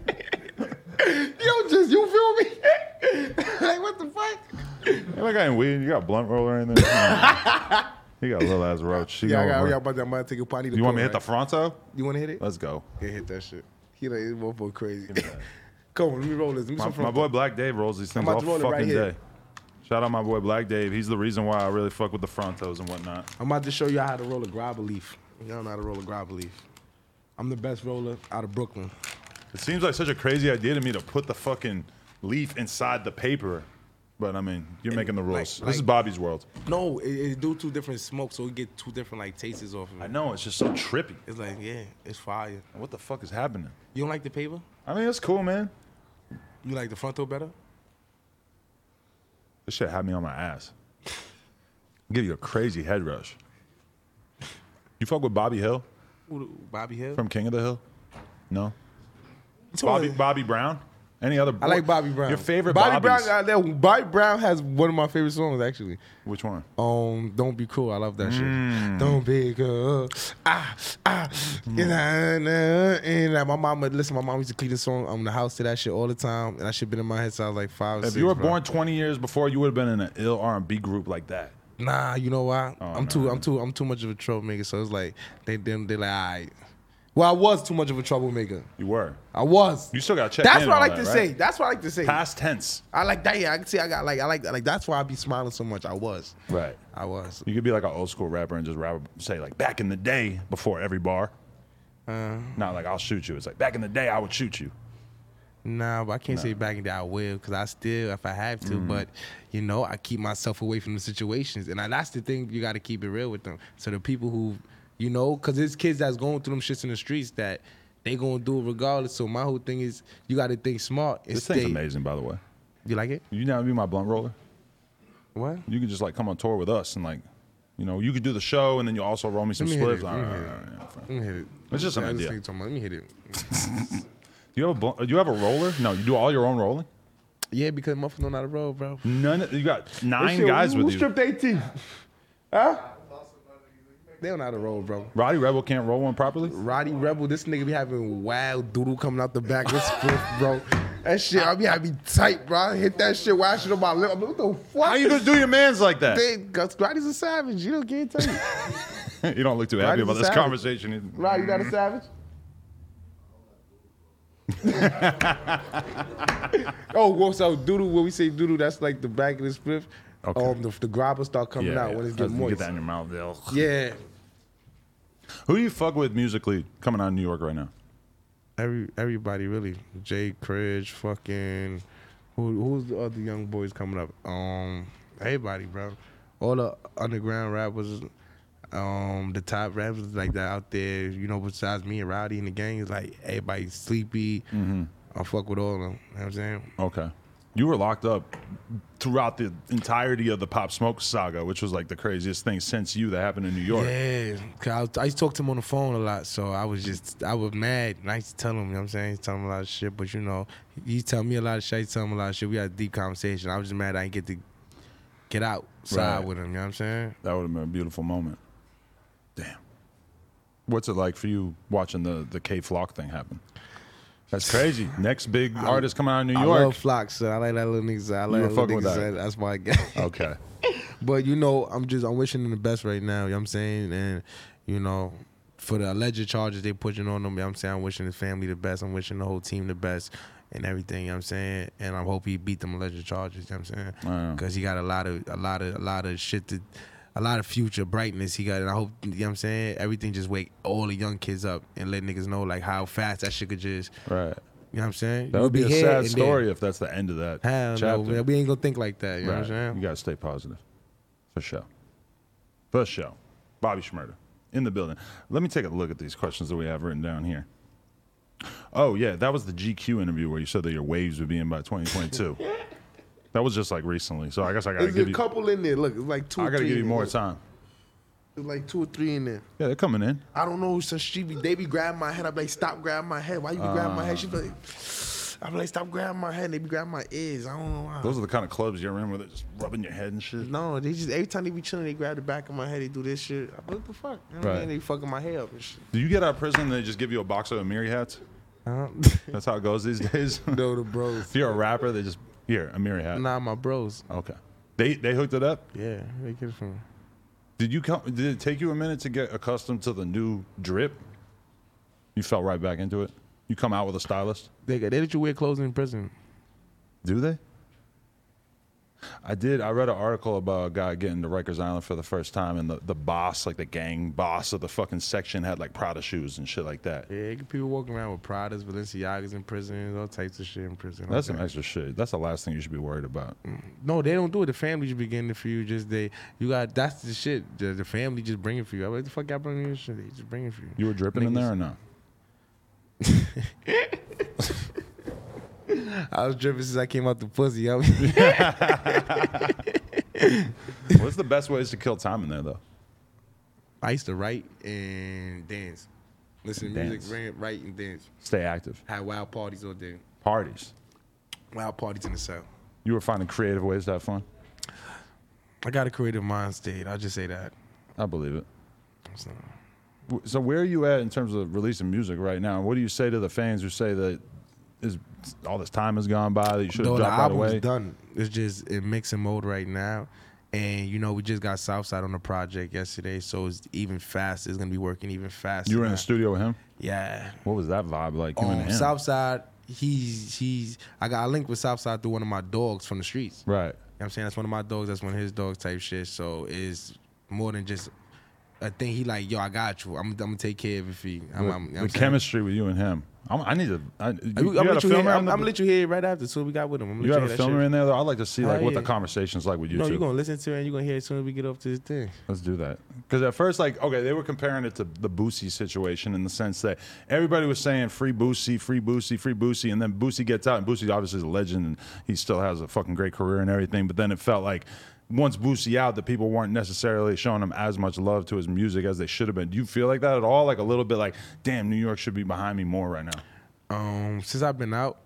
B: don't just. You feel me? like what the fuck?
A: Ain't like I ain't weird. You got blunt roll or anything? you got a little ass roach. She
B: Yeah, I
A: gonna
B: got.
A: work.
B: Yeah, about that. I'm about to take a potty.
A: you want me to hit the fronto?
B: You want to hit it?
A: Let's go.
B: Yeah, hit that shit. He like this motherfucker crazy. Come on, let me roll this. Let me
A: My,
B: some
A: my
B: front-
A: boy Black Dave rolls these things
B: about
A: all
B: to roll it
A: fucking
B: right here.
A: day. Shout out my boy Black Dave. He's the reason why I really fuck with the frontos and whatnot.
B: I'm about to show you how to roll a grabber leaf. Y'all know how to roll a grabber leaf. I'm the best roller out of Brooklyn.
A: It seems like such a crazy idea to me to put the fucking leaf inside the paper. But I mean, you're making the
B: like-
A: rules.
B: like-
A: this is Bobby's world.
B: No, it, it do two different smokes, so we get two different like tastes off of
A: I
B: it.
A: know it's just so trippy.
B: It's like yeah, it's fire.
A: What the fuck is happening?
B: You don't like the paper?
A: I mean, it's cool, man.
B: You like the frontal better?
A: This shit had me on my ass. Give you a crazy head rush. You fuck with Bobby Hill
B: Who the- Bobby Hill.
A: from King of the Hill? No.
B: Which one?
A: Bobby Bobby Brown. Any other?
B: I like Bobby Brown.
A: Your favorite
B: Bobby
A: Bobbies.
B: Brown? uh, that- Bobby Brown has one of my favorite songs actually.
A: Which one?
B: Um, don't be cool. I love
A: Mm.
B: that shit. Don't be cool. Ah, ah. And, I, and, I, and I- my mama, listen, my mom used to clean the song on the house to that shit all the time, and I should been in my head since I was like five.
A: If
B: six,
A: you were
B: bro.
A: born 20 years before, you would have been in an ill R&B group like that.
B: nah, you know why? I'm
A: Oh, nah,
B: too, I'm too, I'm too much of a troublemaker. So it's like they, them, they like, all right. Well, I was too much of a troublemaker.
A: You were.
B: I was.
A: You still gotta check
B: That's
A: in
B: what I
A: on
B: like
A: that,
B: to
A: right?
B: say. That's what I like to say.
A: Past tense.
B: I like that. Yeah, I can see. I got like, I like, like. That's why I be smiling so much. I was.
A: Right.
B: I was.
A: You could be like an old school rapper and just rap, say like back in the day before every bar.
B: Uh-huh.
A: Not like I'll shoot you. It's like back in the day I would shoot you.
B: Nah, but I can't say back in the day I will because I still, if I have to,
A: Mm.
B: but you know, I keep myself away from the situations, and I, that's the thing you got to keep it real with them. So the people who, you know, because there's kids that's going through them shits in the streets that they gonna do it regardless. So my whole thing is you got to think smart. And
A: This
B: stay.
A: thing's amazing, by the way.
B: You like it?
A: You now be my blunt roller.
B: What?
A: You could just like come on tour with us and like, you know, you could do the show and then you also roll me some
B: Let me
A: spliffs.
B: hit it.
A: All
B: Let
A: right,
B: me
A: all
B: hit
A: right, all right, fine.
B: Let me hit it.
A: It's just an
B: Yeah, I
A: idea.
B: think so, Let me hit it.
A: Do you have a blunt, do you have a roller? No, you do all your own rolling.
B: Yeah, because muffins don't know how to roll, bro.
A: None. You got nine guys with you.
B: eighteen? huh? They don't know how to roll, bro.
A: Roddy Rebel can't roll one properly.
B: Roddy Rebel, this nigga be having wild doodle coming out the back. This fifth, bro. That shit, I be, I be tight, bro. I hit that shit, wash it on my lip. I'm like, what the fuck?
A: How you gonna do your man's like that?
B: They- 'cause Roddy's a savage. You don't get to you.
A: you don't look too happy
B: Roddy's
A: about
B: a
A: this
B: savage.
A: conversation.
B: Roddy, you not a savage? oh, well, so doodle, when we say doodle, that's like the back of the spliff.
A: Okay.
B: Um, the, the grabber start coming out when it's
A: You
B: getting moist.
A: that in your mouth. Bill.
B: Yeah.
A: Who do you fuck with musically coming out of New York right now?
B: Every everybody really. Jay Cridge, fucking who who's the other young boys coming up? Um everybody, bro. All the underground rappers, um, the top rappers like that out there, you know, besides me and Rowdy and the gang, is like everybody sleepy. I fuck with all of them. You know what I'm saying?
A: Okay. You were locked up throughout the entirety of the Pop Smoke saga, which was like the craziest thing since you that happened in New York.
B: Yeah, cause I, was- I used to talk to him on the phone a lot, so I was just I was mad, and I used to tell him, you know what I'm saying, I used to tell him a lot of shit, but you know, he tell me a lot of shit, I used to tell him a lot of shit. We had a deep conversation. I was just mad I didn't get to get outside
A: Right.
B: with him. You know what I'm saying?
A: That would have been a beautiful moment. Damn. What's it like for you watching the, the K Flock thing happen? That's crazy. Next big artist coming out of New
B: I
A: York.
B: love Flock, so I like that little nigga. so I like
A: were
B: that little
A: fucking with
B: nigga.
A: that.
B: so That's why I got.
A: okay.
B: But you know, I'm just I'm wishing him the best right now. You know what I'm saying? And you know, for the alleged charges they pushing on him, you know what I'm saying I'm wishing his family the best. I'm wishing the whole team the best and everything, you know what I'm saying? And I hope he beat them alleged charges, you know what I'm saying? Cuz he got a lot of a lot of a lot of shit to a lot of future brightness he got, and I hope you know what I'm saying. Everything just wake all the young kids up and let niggas know like how fast that shit could just
A: Right.
B: You know what I'm saying?
A: That
B: You
A: would be,
B: be
A: a
B: here
A: sad
B: and
A: story if that's the end of that
B: Hell no,
A: chapter.
B: man. We ain't gonna think like that. You know what I'm
A: Right.
B: saying?
A: You gotta stay positive. For sure. For sure. Bobby Schmurder in the building. Let me take a look at these questions that we have written down here. Oh yeah, that was the GQ interview where you said that your waves would be in by 2022. that was just like recently, so I guess I gotta
C: There's
A: give
C: a
A: you.
C: couple in there. Look, it's like two.
A: I
C: or
A: gotta
C: three
A: give you
C: in
A: more
C: there.
A: time.
C: There's like two or three in there.
A: Yeah, they're coming in.
C: I don't know. So she be, they be grabbing my head. I be like, stop grabbing my head. Why you be grabbing my head? She be like, I be like, stop grabbing my head. And they be grabbing my ears. I don't know why.
A: Those are the kind of clubs you're in where they're just rubbing your head and shit.
C: no, they just every time they be chilling, they grab the back of my head. They do this shit. I'm like, what the fuck? You know what I
A: Right.
C: mean? They fucking my head up and shit.
A: Do you get out of prison and they just give you a box of Amiri hats?
B: Uh-huh.
A: That's how it goes these days. if
B: no, the bros.
A: you're a rapper, they just here Amiri hat.
B: Nah, my bros.
A: Okay, they they hooked it up.
B: Yeah, they get it from. me.
A: Did you come? Did it take you a minute to get accustomed to the new drip? You fell right back into it. You come out with a stylist.
B: They they let you wear clothes in prison.
A: Do they? I did. I read an article about a guy getting to Rikers Island for the first time, and the, the boss, like the gang boss of the fucking section, had like Prada shoes and shit like that.
B: Yeah, people walking around with Pradas, Balenciagas in prison, all types of shit in prison.
A: That's
B: Okay.
A: some extra shit. That's the last thing you should be worried about.
B: No, they don't do it. The family just be getting it for you. Just they, you got that's the shit. The, the family just bring it for you. I'm like, the fuck, I bring you this shit. They just bring it for you.
A: You were dripping in
B: Niggas-
A: there or no?
B: I was dripping since I came out the pussy. yo.
A: What's the best ways to kill time in there though?
B: I used to write and dance, listen to
A: Dance.
B: music, rant, write and dance.
A: Stay active.
B: Had wild parties all day.
A: Parties.
B: Wild parties in the cell.
A: You were finding creative ways to have fun.
B: I got a creative mind state. I'll just say that.
A: I believe it.
B: So,
A: W- So where are you at in terms of releasing music right now? What do you say to the fans who say that is all this time has gone by that you should have
B: No, the
A: dropped out of
B: album's
A: way?
B: done. It's just in mixing mode right now. And you know, we just got Southside on the project yesterday, so it's even faster. It's gonna be working even faster.
A: You were in
B: now.
A: the studio with him.
B: Yeah.
A: What was that vibe like? You and
B: Um,
A: him?
B: Southside, he's he's I got I linked with Southside through one of my dogs from the streets.
A: right?
B: You know what I'm saying that's one of my dogs. That's one of his dogs type shit. So it's more than just a thing. He like, yo, I got you. I'm, I'm gonna take care of it for you. I'm, I'm, you know what
A: the
B: I'm saying?
A: chemistry with you and him. I'm, I need to. I, you,
B: I'm,
A: you
B: I'm,
A: got a
B: let you hear,
A: filmer.
B: I'm,
A: on the-
B: I'm let you hear it right after. So we got with him. I'm
A: you got a filmer in there though. I would like to see like
B: Hell
A: what the
B: yeah.
A: conversations like with you
B: No,
A: two.
B: you're gonna listen to it and you're gonna hear it as soon as we get off this thing.
A: Let's do that. Because at first, like, okay, they were comparing it to the Boosie situation in the sense that everybody was saying free Boosie, free Boosie, free Boosie, and then Boosie gets out, and Boosie obviously is a legend, and he still has a fucking great career and everything. But then it felt like once Boosie out, the people weren't necessarily showing him as much love to his music as they should have been. Do you feel like that at all? Like a little bit, like, damn, New York should be behind me more right now.
B: Um, since I've been out,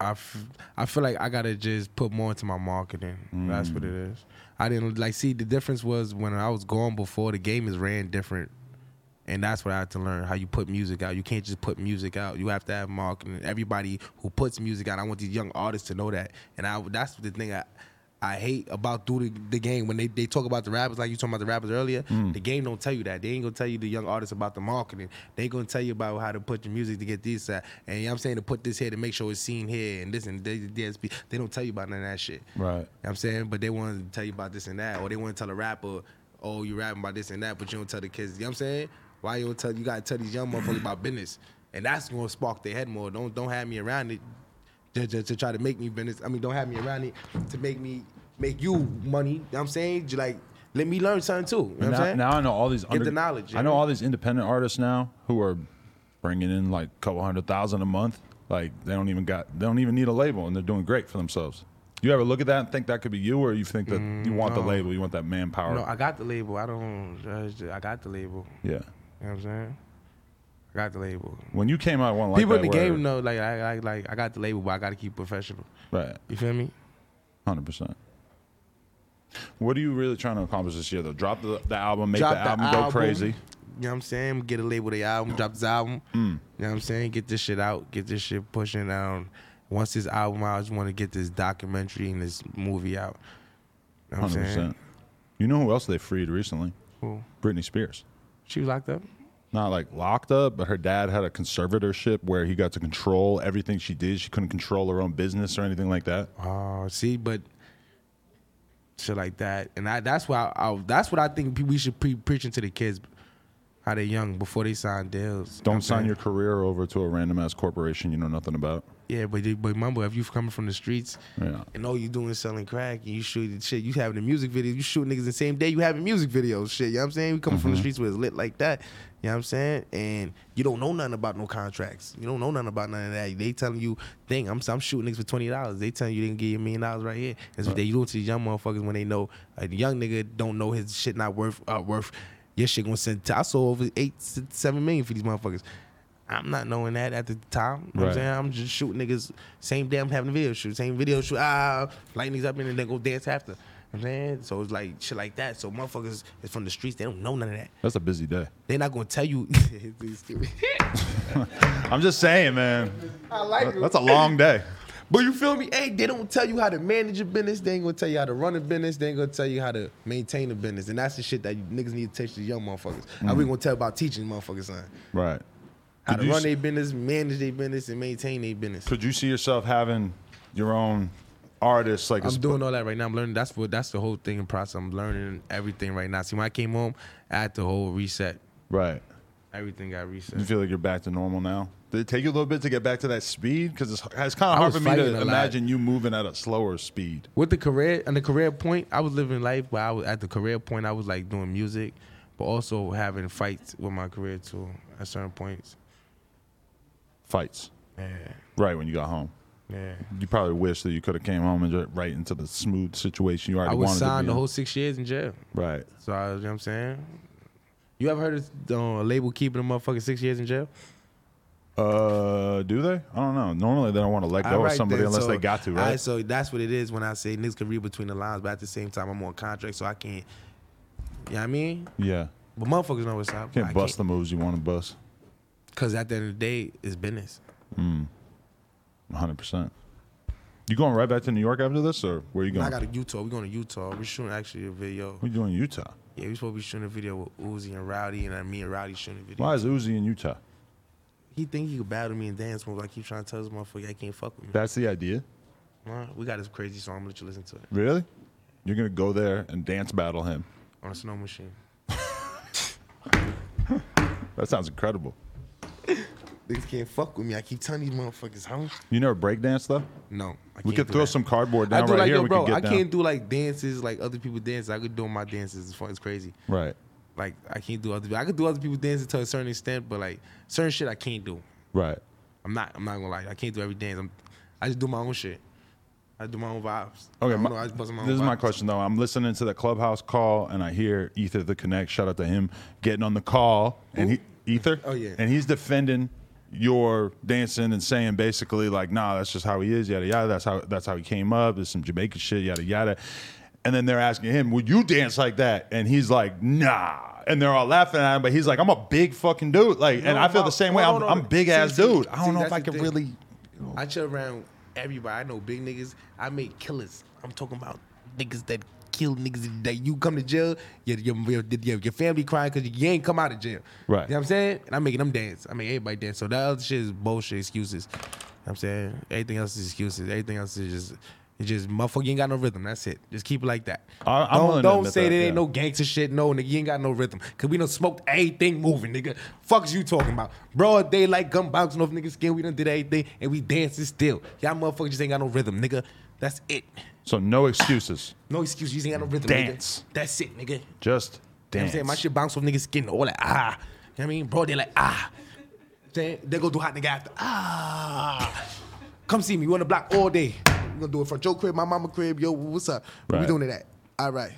B: I, f- I feel like I gotta just put more into my marketing. That's what it is. I didn't like see the difference was when I was gone before the game is ran different, and that's what I had to learn how you put music out. You can't just put music out. You have to have marketing. Everybody who puts music out, I want these young artists to know that. And I that's the thing I. I hate about through the, the game when they, they talk about the rappers like you talking about the rappers earlier. The game don't tell you that. They ain't gonna tell you the young artists about the marketing. They gonna tell you about how to put your music to get this out. And you know what I'm saying to put this here to make sure it's seen here and this and they, they, they don't tell you about none of that shit.
A: Right.
B: You know what I'm saying? But they want to tell you about this and that. Or they want to tell a rapper, oh, you rapping about this and that, but you don't tell the kids. You know what I'm saying? Why you don't tell you gotta tell these young motherfuckers about business. And that's gonna spark their head more. Don't don't have me around it to, to, to try to make me business. I mean, don't have me around it to make me make you money. You know what I'm saying? J- Like, let me learn something too. You know what I'm
A: now,
B: saying?
A: now I know all these.
B: the knowledge,
A: I know
B: yeah.
A: all these independent artists now who are bringing in like a couple hundred thousand a month. Like they don't even got they don't even need a label and they're doing great for themselves. You ever look at that and think that could be you, or you think that you want the label, you want that manpower?
B: Mm, no, I got the label. I don't judge it. I got the label.
A: yeah.
B: You know what I'm saying? I got the label.
A: When you came out, one like
B: People
A: that
B: in the
A: were-
B: game know, like, I, I, like, I got the label, but I got to keep professional.
A: right?
B: You feel me?
A: Hundred percent. What are you really trying to accomplish this year, though? Drop the, the album, make
B: Drop
A: the album go crazy. Mm.
B: You know what I'm saying? Get a label to the album, drop this album. You know what I'm saying? Get this shit out, get this shit pushing out. Once this album out, I just want to get this documentary and this movie out. You know what
A: Hundred
B: I'm saying?
A: percent. You know who else they freed recently?
B: Who?
A: Britney Spears.
B: She was locked up?
A: not like locked up, but her dad had a conservatorship where he got to control everything she did. She couldn't control her own business or anything like that.
B: Oh, see, but shit like that, and I, that's why I, that's what I think pe- we should be preaching to the kids. how they young before they sign deals.
A: Don't
B: I'm
A: sign
B: saying?
A: your career over to a random ass corporation you know nothing about.
B: Yeah, but you- but remember, if you've coming from the streets
A: Yeah.
B: and all you doing is selling crack and you shooting shit, you having the music videos, you shooting niggas the same day you having music videos, shit. You know what I'm saying? We coming from
A: Mm-hmm.
B: the streets where it's lit like that. You know what I'm saying? And you don't know nothing about no contracts. You don't know nothing about none of that. They telling you, thing, I'm, I'm shooting niggas for twenty dollars. They telling you they can get you a million dollars right here. That's what they do to these young motherfuckers when they know a young nigga don't know his shit not worth uh, worth. Your shit gonna send. I sold over eight, s- seven million for these motherfuckers. I'm not knowing that at the time. You know what I'm
A: Right.
B: saying? I'm just shooting niggas. Same day I'm having a video shoot. Same video shoot. Ah, light niggas up and then they go dance after. You know what I'm saying? So it's like shit like that. So motherfuckers is from the streets. They don't know none of that.
A: That's a busy day.
B: They're not gonna tell you.
A: I'm just saying, man.
C: I like it.
A: That's a long day.
B: but you feel
C: I mean, hey, they don't tell you how to manage a business. They ain't gonna tell you how to run a business. They ain't gonna tell you how to maintain a business. And that's the shit that you niggas need to teach the young motherfuckers. How we gonna tell about teaching motherfuckers son
A: Right.
C: how
A: Could
C: to
A: you
C: run
A: s-
C: their business, manage their business, and maintain their business.
A: Could you see yourself having your own artist? Like, a
B: I'm
A: sp-
B: doing all that right now. I'm learning. That's what. That's the whole thing in process. I'm learning everything right now. See, when I came home, I had the whole reset.
A: right.
B: Everything got reset.
A: You feel like you're back to normal now. Did it take you a little bit to get back to that speed? Because it's, it's kind of
B: I
A: hard
B: was
A: for me
B: fighting a
A: to
B: lot.
A: imagine you moving at a slower speed.
B: with the career and the career point, I was living life, but I was at the career point, I was like doing music, but also having fights with my career too at certain points.
A: Fights.
B: Yeah,
A: Right when you got home.
B: yeah.
A: You probably wish that you could have came home and just right into the smooth situation you already
B: I was
A: wanted to be
B: signed the
A: in.
B: whole six years in jail.
A: Right.
B: So I, you know what I'm saying. You ever heard of uh, label keeping a motherfucker six years in jail?
A: Uh, do they? I don't know. Normally they don't want to let go of
B: Alright
A: somebody
B: then,
A: unless
B: so-
A: they got to,
B: alright,
A: right?
B: so that's what it is when I say niggas can read between the lines, but at the same time, I'm on contract, so I can't. You know what I mean?
A: yeah.
B: But motherfuckers know what's up.
A: Can't
B: I
A: bust the moves you want to bust.
B: Because at the end of the day, it's business.
A: 100%. You going right back to New York after this, or where you going?
B: I got to Utah. We're going to Utah. We're shooting actually a video.
A: What you doing in Utah?
B: Yeah, we supposed to be shooting a video with Uzi and Rowdy, and uh, me and Rowdy shooting a video.
A: Why is Uzi in Utah?
B: He think he could battle me and dance moves. I keep trying to tell this motherfucker, I can't fuck with me.
A: That's the idea.
B: Nah, we got this crazy song. I'm gonna let you listen to it
A: Really? You're gonna go there and dance battle him.
B: on a snow machine.
A: That sounds incredible.
C: Niggas can't fuck with me. I keep telling these motherfuckers, huh?
A: You never break dance though?
B: No, I
A: We
B: can't
A: could
B: do
A: throw
B: that.
A: some cardboard
B: I
A: down
B: do
A: right
B: like
A: here.
B: yo,
A: we
B: bro.
A: could get
B: I
A: down.
B: can't do like dances like other people dance. I could do my dances. It's, fun. it's crazy.
A: Right.
B: Like I can't do other. I could do other people dances to a certain extent, but like certain shit I can't do.
A: Right.
B: I'm not. I'm not gonna lie. I can't do every dance. I'm, I just do my own shit. I do my own vibes. I
A: Okay.
B: don't
A: my-
B: know, I just bust my own
A: this is my
B: vibes.
A: question though. I'm listening to the clubhouse call and I hear Ether the Connect. Shout out to him getting on the call and he Ether.
B: Oh, yeah.
A: And he's defending your dancing and saying basically like, nah, that's just how he is. Yada yada. That's how that's how he came up. There's some Jamaican shit. Yada yada. And then they're asking him, would you dance like that? And he's like, nah. And they're all laughing at him, but he's like, I'm a big fucking dude. Like, and
B: No,
A: I feel
B: no,
A: the same
B: no,
A: way.
B: no,
A: I'm,
B: no.
A: I'm big
B: See,
A: ass
B: see,
A: dude. I don't
B: see,
A: know if
B: that's
A: I
B: the
A: can
B: thing.
A: really.
B: I chill around everybody. I know big niggas. I make killers. I'm talking about niggas that kill niggas that you come to jail, your your, your, your, your family crying because you ain't come out of jail.
A: Right.
B: You know what I'm saying? And I'm making them dance. I make everybody dance. So that other shit is bullshit excuses. You know what I'm saying? Everything else is excuses. Everything else is just it's just motherfucker you ain't got no rhythm. That's it. Just keep it like that.
A: I- I'm willing to
B: don't don't
A: admit
B: say
A: that,
B: there
A: yeah.
B: ain't no gangster shit. No, nigga, you ain't got no rhythm. Cause we done smoked everything moving, nigga. Fuck is you talking about? Broad daylight, gun bouncing off niggas' skin. We done did everything and we dancing still. Y'all motherfuckers just ain't got no rhythm, nigga. That's it.
A: So no excuses.
B: No excuse. You just ain't got no rhythm.
A: Dance.
B: Nigga. That's it, nigga.
A: Just
B: You know what I'm
A: dance.
B: saying? My shit bounce off niggas' skin. All like, ah. You know what I mean? Bro, they like, ah. Then they go do hot nigga after. Ah. Come see me. We on the block all day. We gonna do it from your crib, my mama crib. Yo, what's up? We
A: Right.
B: doing it at. All right.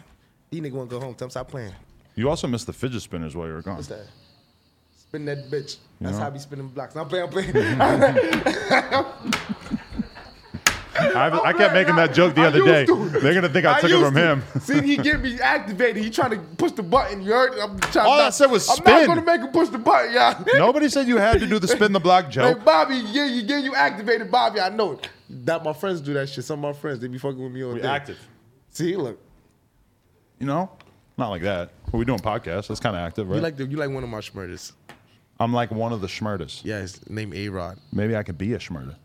B: These niggas wanna go home. Tell them stop playing.
A: You also missed the fidget spinners while you were gone.
C: What's that? Spin that bitch. That's
A: Yeah.
C: how I be spinning blocks. I'm playing, I'm playing.
A: I, I kept making that joke the
C: Oh, I
A: other
C: used
A: day.
C: to.
A: They're gonna think I, took it
C: used
A: from
C: to.
A: him.
C: See, he get me activated. He trying to push the button. You heard? I'm trying
A: All
C: not,
A: I said was
C: I'm
A: spin.
C: not gonna make him push the button, y'all.
A: Nobody said you had to do the spin the block
C: Hey,
A: joke.
C: Bobby, yeah, you get you activated, Bobby. I know it. That my friends do that shit. Some of my friends they be fucking with me all day. See, look,
A: You know, not like that. But we doing podcasts. That's kind of active, right?
B: You like the, you like one of my schmurders.
A: I'm like one of the schmurders.
B: Yes, name A Rod.
A: Maybe I could be a schmurder.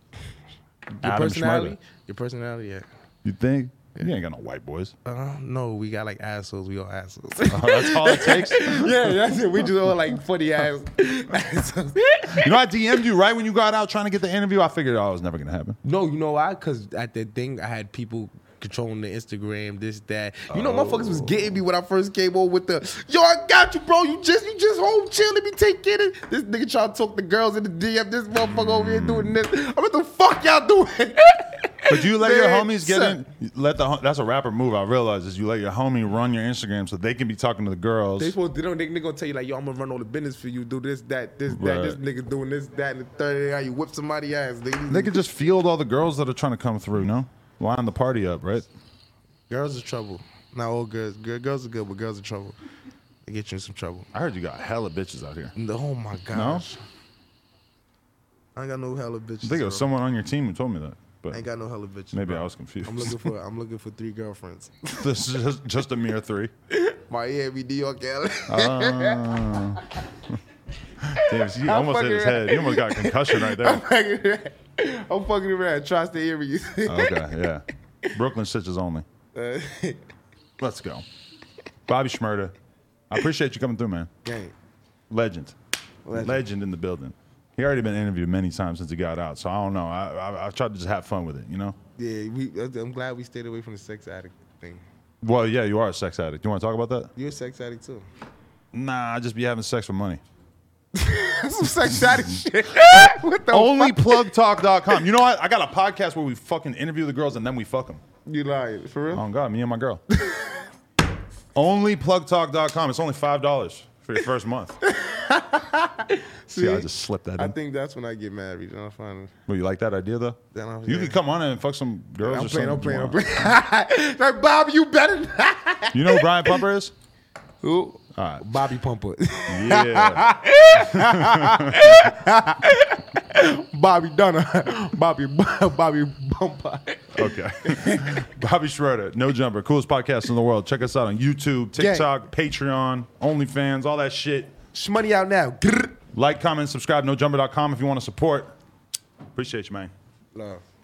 B: Your
A: Adam
B: personality,
A: Schmurder.
B: your personality, yeah.
A: You think? You ain't got no white boys.
B: Oh.
C: Uh, no, we got like assholes. We all assholes.
A: that's all it takes. You
B: Yeah, that's it. We just all like funny ass.
A: know, I DM'd you right when you got out trying to get the interview. I figured oh, it was never gonna happen.
C: no, you know why? Because at the thing, I had people controlling the Instagram, this, that.
B: You know, motherfuckers was getting me when I first came on with the yo, I got you, bro. You just you just home chill. Let me take care of it. This nigga trying to talk the girls in the DM. This motherfucker over here doing this. I'm what the fuck y'all doing?
A: But you let your
B: Man,
A: homies get
B: son.
A: in. Let the hom- that's a rapper move. I realize is you let your homie run your Instagram so they can be talking to the girls.
B: They supposed to they, don't- they, they gonna tell you like yo, I'm gonna run all the business for you. Do this, that, this, that. This
A: Right.
B: nigga doing this, that, and the third. How you whip somebody ass? Nigga.
A: They could just field all the girls that are trying to come through. No, line the party up, right?
C: Girls are trouble. Not all girls. Girl, girls are good, but girls are trouble. They get you in some trouble.
A: I heard you got hella bitches out here.
C: And the- Oh my gosh. I ain't got no hella bitches.
A: I think it was
C: bro.
A: someone on your team who told me that, but
C: I ain't got no hella bitches.
A: maybe
C: bro.
A: I was confused.
C: I'm looking for I'm looking for three girlfriends.
A: this is just, just a mere three.
B: Miami, New York, LA.
A: Damn, you almost hit his head. You almost got a concussion right
B: I'm
A: there.
B: fucking around. I'm fucking around. Trust the Aries.
A: Okay, yeah. Brooklyn stitches only.
C: Uh,
A: Let's go, Bobby Schmurda. I appreciate you coming through, man.
B: Gang.
A: Legend. Legend. in the building. He already been interviewed many times since he got out, so I don't know. I, I, I've tried to just have fun with it, you know?
B: Yeah, we, I'm glad we stayed away from the sex addict thing.
A: Well, yeah, you are a sex addict. You want to talk about that?
B: You're a sex addict too.
A: Nah, I just be having sex for money.
B: That's some sex addict shit. what the
A: Onlyplugtalk.com. You know what? I got a podcast where we fucking interview the girls and then we fuck them.
B: fuck? You lying. For real?
A: Oh, God, me and my girl. Onlyplugtalk.com. It's only $5 for your first month. See, I just slipped that
B: I
A: in.
B: think that's when I get married. You know, finally.
A: well, you like that idea, though?
B: Then I'll-
A: You
B: yeah.
A: could come on and fuck some girls
B: I'm
A: or
B: playing,
A: something.
B: I'm playing, I'm
A: tomorrow.
B: playing. like, Bob, you better not.
A: You know who Brian Pumper is?
B: Who?
A: All right.
C: Bobby Pumper.
A: Yeah.
B: Bobby Dunner. Bobby, Bobby Bumper.
A: Okay. Bobby Schroeder, No Jumper, coolest podcast in the world. Check us out on YouTube, TikTok, Patreon, OnlyFans, all that shit.
B: Shmoney out now. Grrr.
A: Like, comment, subscribe, nojumper.com if you want to support. Appreciate you, man.
B: Love.